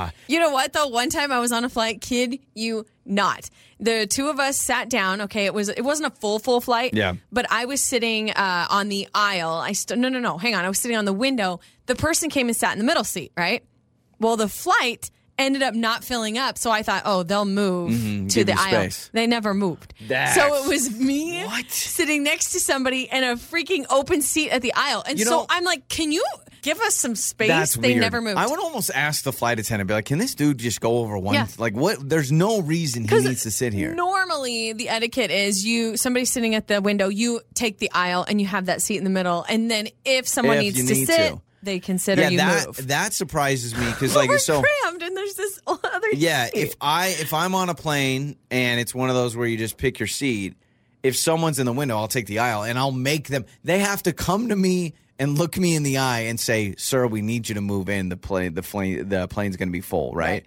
annoying. You know what though? One time I was on a flight, kid you not. The two of us sat down. Okay, it was it wasn't a full full flight. Yeah. But I was sitting uh, on the aisle. I st- no no no. Hang on. I was sitting on the window. The person came and sat in the middle seat. Right. Well, the flight ended up not filling up, so I thought, oh, they'll move to Mm-hmm. give the you aisle. space. They never moved. That's- So it was me What? sitting next to somebody in a freaking open seat at the aisle. And You so know- I'm like, can you give us some space? they weird. never moved. I would almost ask the flight attendant, be like, "Can this dude just go over one? Yeah. Like, what? There's no reason he 'Cause needs to sit here." Normally, the etiquette is you somebody sitting at the window, you take the aisle and you have that seat in the middle. And then if someone If needs you to need sit, to. they consider yeah, you that move. that surprises me because But like we're it's so. crammed, and there's this other. Yeah, seat. if I if I'm on a plane and it's one of those where you just pick your seat, if someone's in the window, I'll take the aisle and I'll make them. They have to come to me and look me in the eye and say, "Sir, we need you to move in. The plane the plane the plane's going to be full, right?"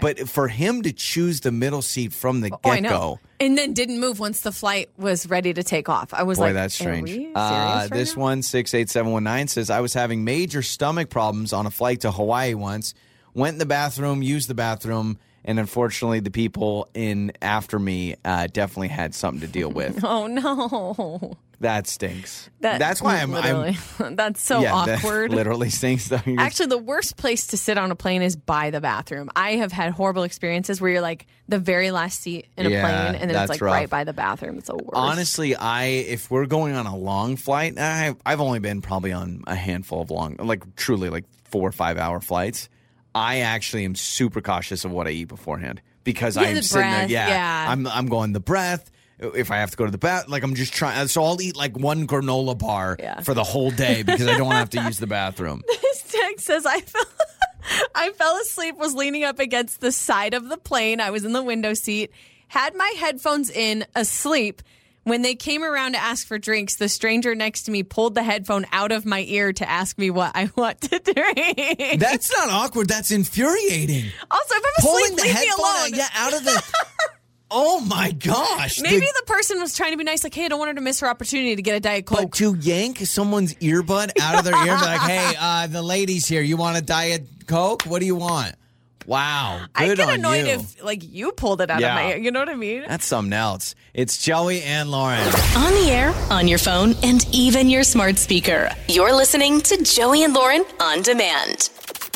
But for him to choose the middle seat from the Oh, I get go. know. And then didn't move once the flight was ready to take off. I was Boy, like, that's strange. Are we serious uh, right this now? one, 68719, says, I was having major stomach problems on a flight to Hawaii once. Went in the bathroom, used the bathroom, and unfortunately, the people in after me uh, definitely had something to deal with. Oh no. that stinks. That, That's why I'm. literally. I'm that's so yeah, that awkward. literally stinks. Though. You're just- Actually, the worst place to sit on a plane is by the bathroom. I have had horrible experiences where you're like the very last seat in a Yeah, plane, and then that's it's like rough. right by the bathroom. It's the worst. Honestly, I if we're going on a long flight, I I've only been probably on a handful of long, like truly like four or five hour flights. I actually am super cautious of what I eat beforehand because Yeah, I am the sitting breath, there. Yeah, yeah. I'm I'm going the breath. If I have to go to the bath, like I'm just trying, so I'll eat like one granola bar Yeah. for the whole day because I don't have to use the bathroom. This text says I fell I fell asleep, was leaning up against the side of the plane. I was in the window seat, had my headphones in, asleep. When they came around to ask for drinks, the stranger next to me pulled the headphone out of my ear to ask me what I want to drink. That's not awkward. That's infuriating. also, if I'm Pulling asleep, the leave me headphone alone. out, yeah, out of the. oh my gosh! Maybe the person was trying to be nice, like, "Hey, I don't want her to miss her opportunity to get a diet coke." But to yank someone's earbud out of their ear, be like, "Hey, uh, the ladies here, you want a diet coke? What do you want?" Wow, I good get on annoyed you. if like you pulled it out Yeah. of my ear. You know what I mean? That's something else. It's Joey and Lauren. On the air, on your phone, and even your smart speaker. You're listening to Joey and Lauren on demand.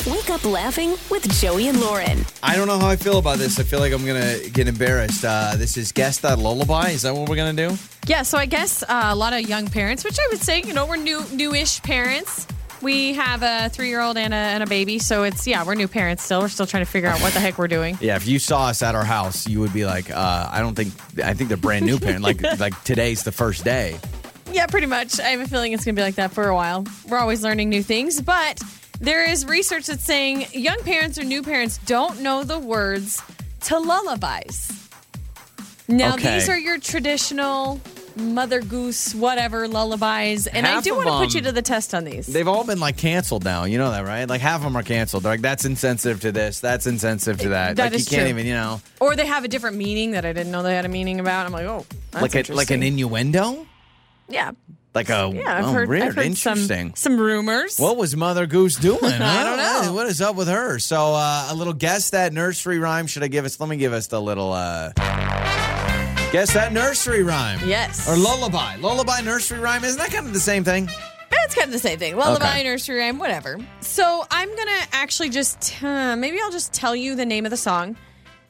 Wake up laughing with Joey and Lauren. I don't know how I feel about this. I feel like I'm gonna get embarrassed. Uh, this is guess that lullaby. Is that what we're gonna do? Yeah, so I guess uh, a lot of young parents, which I would say, you know, we're new newish parents. We have a three year old and a, and a baby, so it's yeah, we're new parents still. We're still trying to figure out what the heck we're doing. Yeah, if you saw us at our house, you would be like, uh, "I don't think. I think they're brand new parent. like, like today's the first day." Yeah, pretty much. I have a feeling it's going to be like that for a while. We're always learning new things, but there is research that's saying young parents or new parents don't know the words to lullabies. Now, Okay. these are your traditional mother goose, whatever lullabies, and I Half do of want to put you them- to the test on these. They've all been like canceled now. You know that, right? Like half of them are canceled. They're like, that's insensitive to this. That's insensitive to that. That like is you can't true. even, you know, or they have a different meaning that I didn't know they had a meaning about. I'm like, oh, that's like a, like an interesting. innuendo. yeah. Like a Yeah, I've oh, heard, weird, I've heard interesting. some, some rumors. What was Mother Goose doing? I don't huh? know. What is up with her? So uh, a little guess that nursery rhyme. Should I give us? Let me give us the little uh, guess that nursery rhyme. Yes. Or lullaby. Lullaby nursery rhyme. Isn't that kind of the same thing? That's kind of the same thing. Lullaby, Okay. nursery rhyme, whatever. So I'm gonna actually just uh, maybe I'll just tell you the name of the song,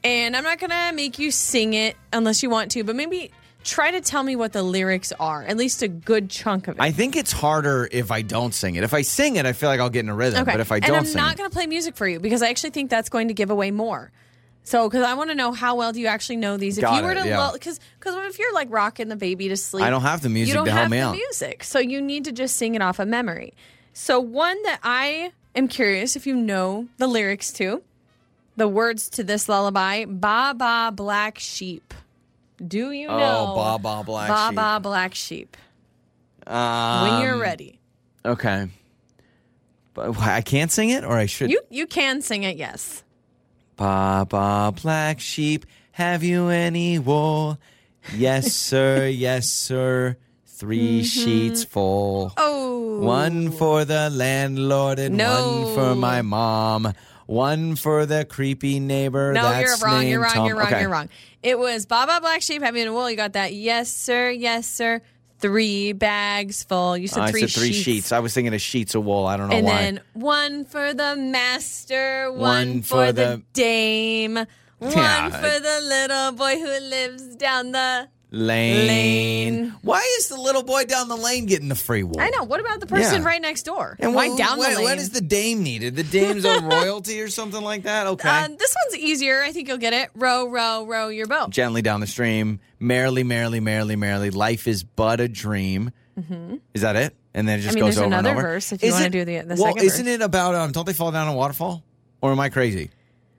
and I'm not gonna make you sing it unless you want to. But maybe try to tell me what the lyrics are, at least a good chunk of it. I think it's harder if I don't sing it. If I sing it, I feel like I'll get in a rhythm. But if I don't and I'm sing not it, gonna play music for you because I actually think that's going to give away more. So, because I want to know how well do you actually know these? If Got you were it, to, yeah. because because if you're like rocking the baby to sleep, I don't have the music you don't to have help me the out. music. So you need to just sing it off of memory. So one that I am curious if you know the lyrics to, the words to this lullaby, "Ba Ba Black Sheep." Do you Oh, know? Ba Ba Black Ba Sheep. Ba Black Sheep. When Um, you're ready, Okay. But I can't sing it, or I should. you you can sing it. Yes. Ba ba black sheep, have you any wool? Yes, sir, yes, sir. 3 sheets full. Mm-hmm. Oh. One for the landlord and one for No. my mom. One for the creepy neighbor. No, that's you're wrong. You're named wrong. Tom. You're wrong. Okay. You're wrong. It was Baba Black Sheep having a wool. You got that. Yes, sir. Yes, sir. Three bags full. You said Oh, I three said three sheets. sheets. I was thinking of sheets of wool. I don't know And why. then one for the master, one, One for for, the, the- dame, Yeah. one for the little boy who lives down the. lane. Lane. Why is the little boy down the lane getting the free wool? I know. What about the person Yeah. right next door? why wh- down wh- the lane? What does the dame need? Did The dame's on royalty or something like that? Okay. Uh, this one's easier. I think you'll get it. Row, row, row your boat. gently down the stream. Merrily, merrily, merrily, merrily. Life is but a dream. Is that it? And then it just Mm-hmm. mean, goes there's over and another over. verse if you Is wanna it- do the- the well, second isn't verse. it about um? Don't they fall down a waterfall? Or am I crazy?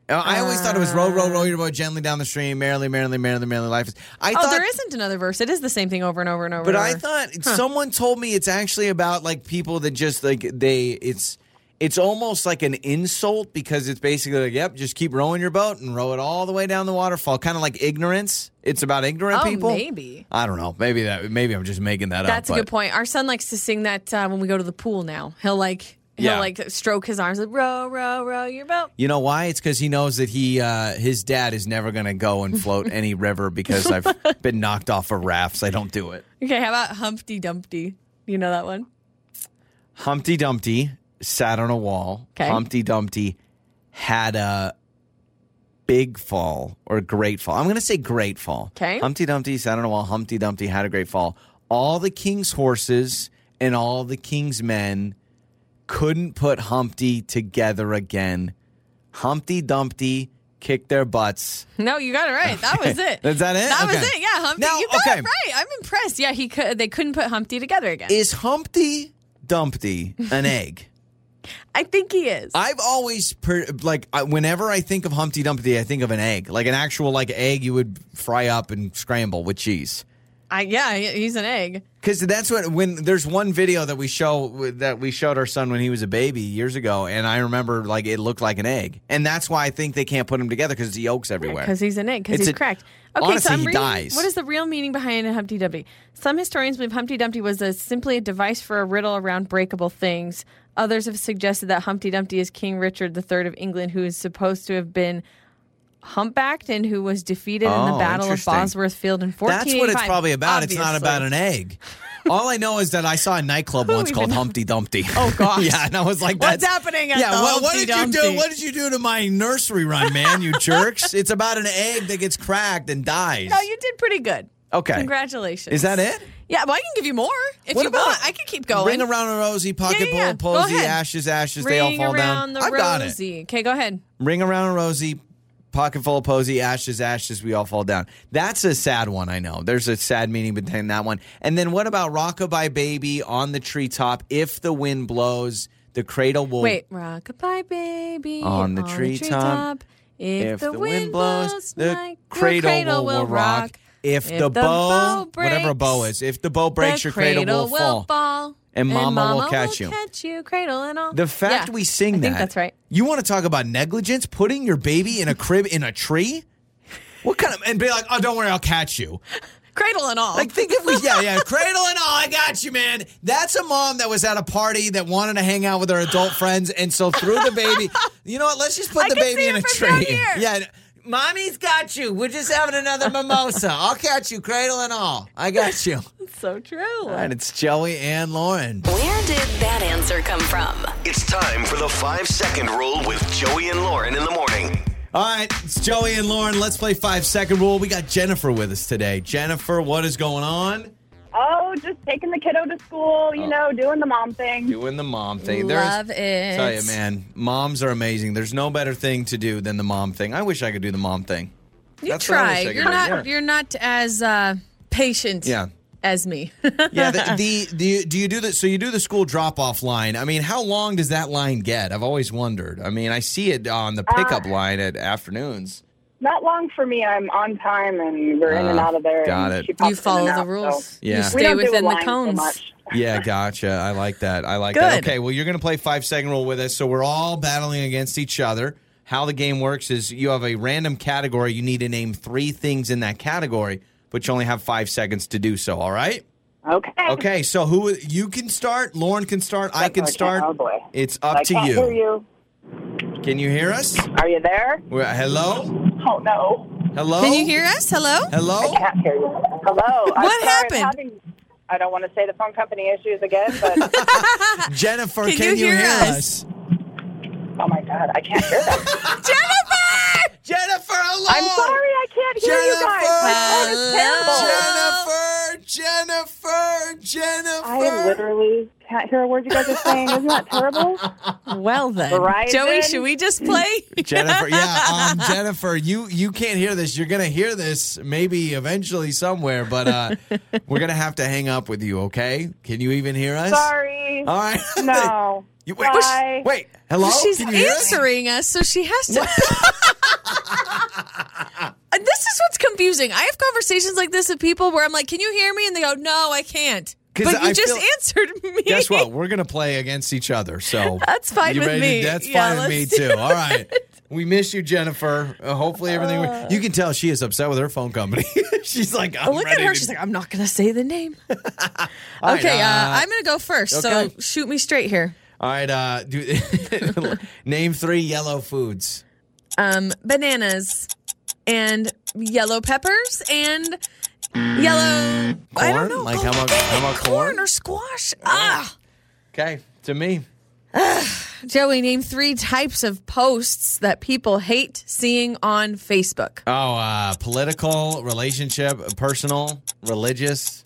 Uh, I always thought it was row, row, row your boat gently down the stream. Merrily, merrily, merrily, merrily. Life is. I oh, thought, there isn't another verse. It is the same thing over and over and over. But and I over. thought someone told me it's actually about like people that just like they it's it's almost like an insult because it's basically like yep just keep rowing your boat and row it all the way down the waterfall kind of like ignorance it's about ignorant Oh, people maybe. I don't know maybe that maybe I'm just making that That's up a good point. Our son likes to sing that uh, when we go to the pool. Now he'll like he'll Yeah. like stroke his arms like row row row your boat. you know why it's because he knows that he uh, his dad is never gonna go and float any river because I've been knocked off of rafts I don't do it Okay, how about Humpty Dumpty? You know that one? Humpty Dumpty sat on a wall. 'Kay. Humpty Dumpty had a big fall or great fall. I'm going to say great fall. 'Kay. Humpty Dumpty sat on a wall. Humpty Dumpty had a great fall. All the king's horses and all the king's men couldn't put Humpty together again. Humpty Dumpty kicked their butts. No, you got it right. That was it. Is that it? That was Okay. it. Yeah, Humpty. Now, you got okay. it right. I'm impressed. Yeah, he could. They couldn't put Humpty together again. Is Humpty Dumpty an egg? I think he is. I've always per, like I, whenever I think of Humpty Dumpty, I think of an egg, like an actual like egg you would fry up and scramble with cheese. I, yeah, he- he's an egg. Because that's what when there's one video that we show that we showed our son when he was a baby years ago, and I remember like it looked like an egg, and that's why I think they can't put them together because the yolks everywhere. Because he's an egg. Because It's he's a- cracked. Okay, honestly, so I'm he reading, dies. What is the real meaning behind Humpty Dumpty? Some historians believe Humpty Dumpty was a, simply a device for a riddle around breakable things. Others have suggested that Humpty Dumpty is King Richard III of England, who is supposed to have been humpbacked and who was defeated in the Oh, Battle of interesting. Bosworth Field in 1485. That's what it's probably about. It's not obviously. about an egg. All I know is that I saw a nightclub Who once called even- Humpty Dumpty. Oh gosh. yeah, and I was like, What's That's, happening at yeah, the what, what Humpty did you do? Dumpty?" What did you do to my nursery rhyme, man? You jerks! it's about an egg that gets cracked and dies. No, you did pretty good. Okay. Congratulations. Is that it? Yeah, well, I can give you more if What you about- want. I could keep going. Ring around a rosy, pocket yeah, yeah. full Go of posy, ahead. ashes, ashes. Ring they all fall down. around the I've got it. rosy. Okay, go ahead. Ring around a rosy, pocket full of posy, ashes, ashes, we all fall down. That's a sad one, I know. There's a sad meaning behind that one. And then what about Rockabye Baby on the treetop? If the wind blows, the cradle will. Wait, rock-a-bye baby Oh. On the treetop. If, the, wind blows, the cradle, will rock. If, the, bow, whatever a bow is, if the bow breaks, the your cradle, will, fall. fall, And mama will catch you. Catch you, cradle and all. The fact Yeah, we sing I that. think that's right. You want to talk about negligence? Putting your baby in a crib in a tree? What kind of and be like, oh, don't worry, I'll catch you. Cradle and all. Like, think if we, yeah, yeah, cradle and all, I got you, man. That's a mom that was at a party that wanted to hang out with her adult friends, and so threw the baby. You know what? Let's just put I the can baby see in it a from down tree. here. Yeah, mommy's got you. We're just having another mimosa. I'll catch you, cradle and all. I got you. so true. And it's Joey and Lauren. Where did that answer come from? It's time for the five second rule with Joey and Lauren in the morning. All right, it's Joey and Lauren. Let's play five second rule. We got Jennifer with us today. Jennifer, what is going on? Oh, just taking the kiddo to school, you know, doing the mom thing. Doing the mom thing. There's- Love it. Tell you, man, moms are amazing. There's no better thing to do than the mom thing. I wish I could do the mom thing. You That's what I try. wish I could You're do, not. yeah. You're not as uh, patient. Yeah. As me. Yeah, the, uh, the, the do you do the so you do the school drop off line? I mean, how long does that line get? I've always wondered. I mean, I see it on the pickup line at afternoons. Not long for me. I'm on time and we're in and Ah, out of there. got and it. she pops you in follow and the out, rules. so Yeah. You We We stay don't do within a the line so cones. much. Yeah, gotcha. I like that. I like that. Good. Okay, well, you're going to play five second rule with us. So we're all battling against each other. How the game works is you have a random category. You need to name three things in that category, but you only have five seconds to do so. All right. Okay. Okay. So who you can start, Lauren can start, I can Okay, start. Oh boy. It's up I to can't hear you. you. Can you hear us? Are you there? We're- Hello. Oh no. Hello. Can you hear us? Hello. Hello. Can't hear you. Hello. I'm What sorry, I'm happened? having- I don't want to say the phone company issues again, but Jennifer, Can can, you hear us? us? oh my god, I can't hear them. Jennifer, hello. I'm sorry, I can't hear you guys. My phone is Jennifer, terrible. Jennifer, Jennifer. I literally can't hear a word you guys are saying. Isn't that terrible? Well then, Verizon. Joey, should we just play? Jennifer, yeah, um, Jennifer, you you can't hear this. You're gonna hear this maybe eventually somewhere, but uh, we're gonna have to hang up with you. Okay? Can you even hear us? Sorry. All right. No. You, wait, Bye. wait. Hello. She's Can you hear us? answering us, so she has to. And this is what's confusing. I have conversations like this with people where I'm like, "Can you hear me?" And they go, "No, I can't." 'Cause But you I just feel- answered me. Guess what? We're gonna play against each other. So That's fine You with ready to- me. That's Yeah, fine with me let's do too. All right. We miss you, Jennifer. Uh, hopefully everything. you can tell she is upset with her phone company. she's like, I'm Oh, look at ready her. to- She's like, I'm not going to say the name. okay, right, uh, uh, I'm going to go first. okay. So shoot me straight here. All right. Uh, do, name three yellow foods. Um, bananas and yellow peppers and yellow. I Mm, Corn? don't know. oh, Like, how about- how about corn? or squash? Ah, Okay, to me. Joey, name three types of posts that people hate seeing on Facebook. Oh, uh, political, relationship, personal, religious,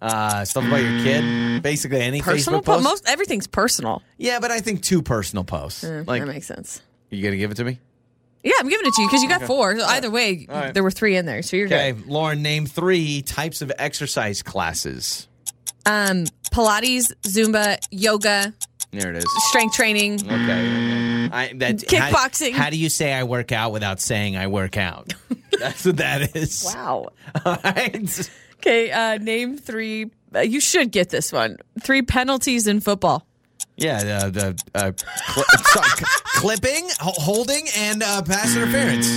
uh, stuff about your kid. Basically, any Mm. Personal Facebook post. post. Most everything's personal. yeah, but I think two personal posts. like, Mm, that makes sense. you gonna give it to me? Yeah, I'm giving it to you because you got four. So either way, right. there were three in there, so you're Okay, good. Lauren, name three types of exercise classes. Um, Pilates, Zumba, yoga, There it is. strength training. Okay. okay. I, that's, Kickboxing. How, how do you say I work out without saying I work out? That's what that is. Wow. All right. Okay, uh, name three. Uh, you should get this one. Three penalties in football. Yeah, the, the uh, cl- sorry, cl- clipping, ho- holding, and uh, pass interference.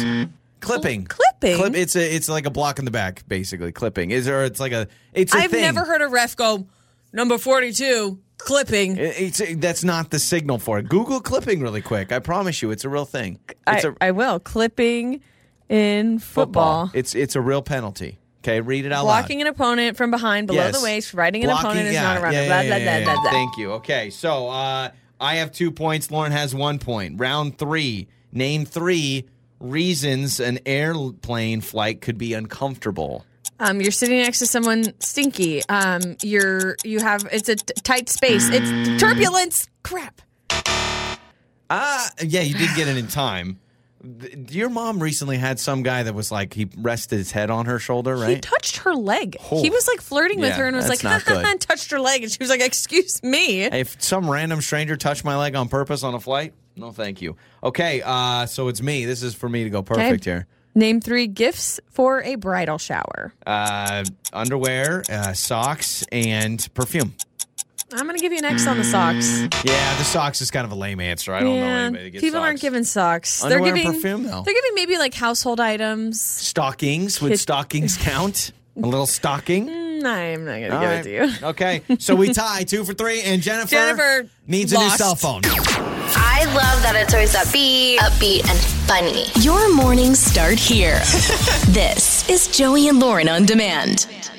Clipping, Oh, clipping? Clip, it's a, it's like a block in the back, basically. Clipping is, or it's like a, it's a I've thing. never heard a ref go number forty-two clipping. It- It's that's not the signal for it. Google clipping really quick. I promise you, it's a real thing. I It's a I will clipping in football. It's it's a real penalty. Okay, read it out loud. Blocking an opponent from behind below Yes. the waist, riding an Blocking- opponent is yeah, not a runner. yeah, blah, yeah, blah, yeah, blah, yeah. blah, blah. Thank you. Okay, so uh, I have two points. Lauren has one point. Round three. Name three reasons an airplane flight could be uncomfortable. Um, you're sitting next to someone stinky. Um, you're you have it's a t- tight space. It's turbulence. Crap. Ah, yeah, you did get it in time. Th- Your mom recently had some guy that was like he rested his head on her shoulder, He right? touched her leg. Oh. He was like flirting with Yeah, her and was like, that's ha not ha ha, good. and touched her leg. And she was like, excuse me. if some random stranger touched my leg on purpose on a flight, no, thank you. Okay, uh, so it's me. This is for me to go perfect here. Name three gifts for a bridal shower. uh, underwear, uh, socks, and perfume. I'm going to give you an X on the socks. Yeah, the socks is kind of a lame answer. I don't know Mm. anybody that gets people aren't socks. giving socks. Underwear they're and giving perfume, though. They're giving maybe like household items. stockings. Would Kid- stockings count? A little stocking. I'm not gonna All give right. it to you. Okay, so we tie two for three, and Jennifer, Jennifer needs a new lost. cell phone. I love that it's always upbeat, upbeat, and funny. Your mornings start here. this is Joey and Lauren on demand.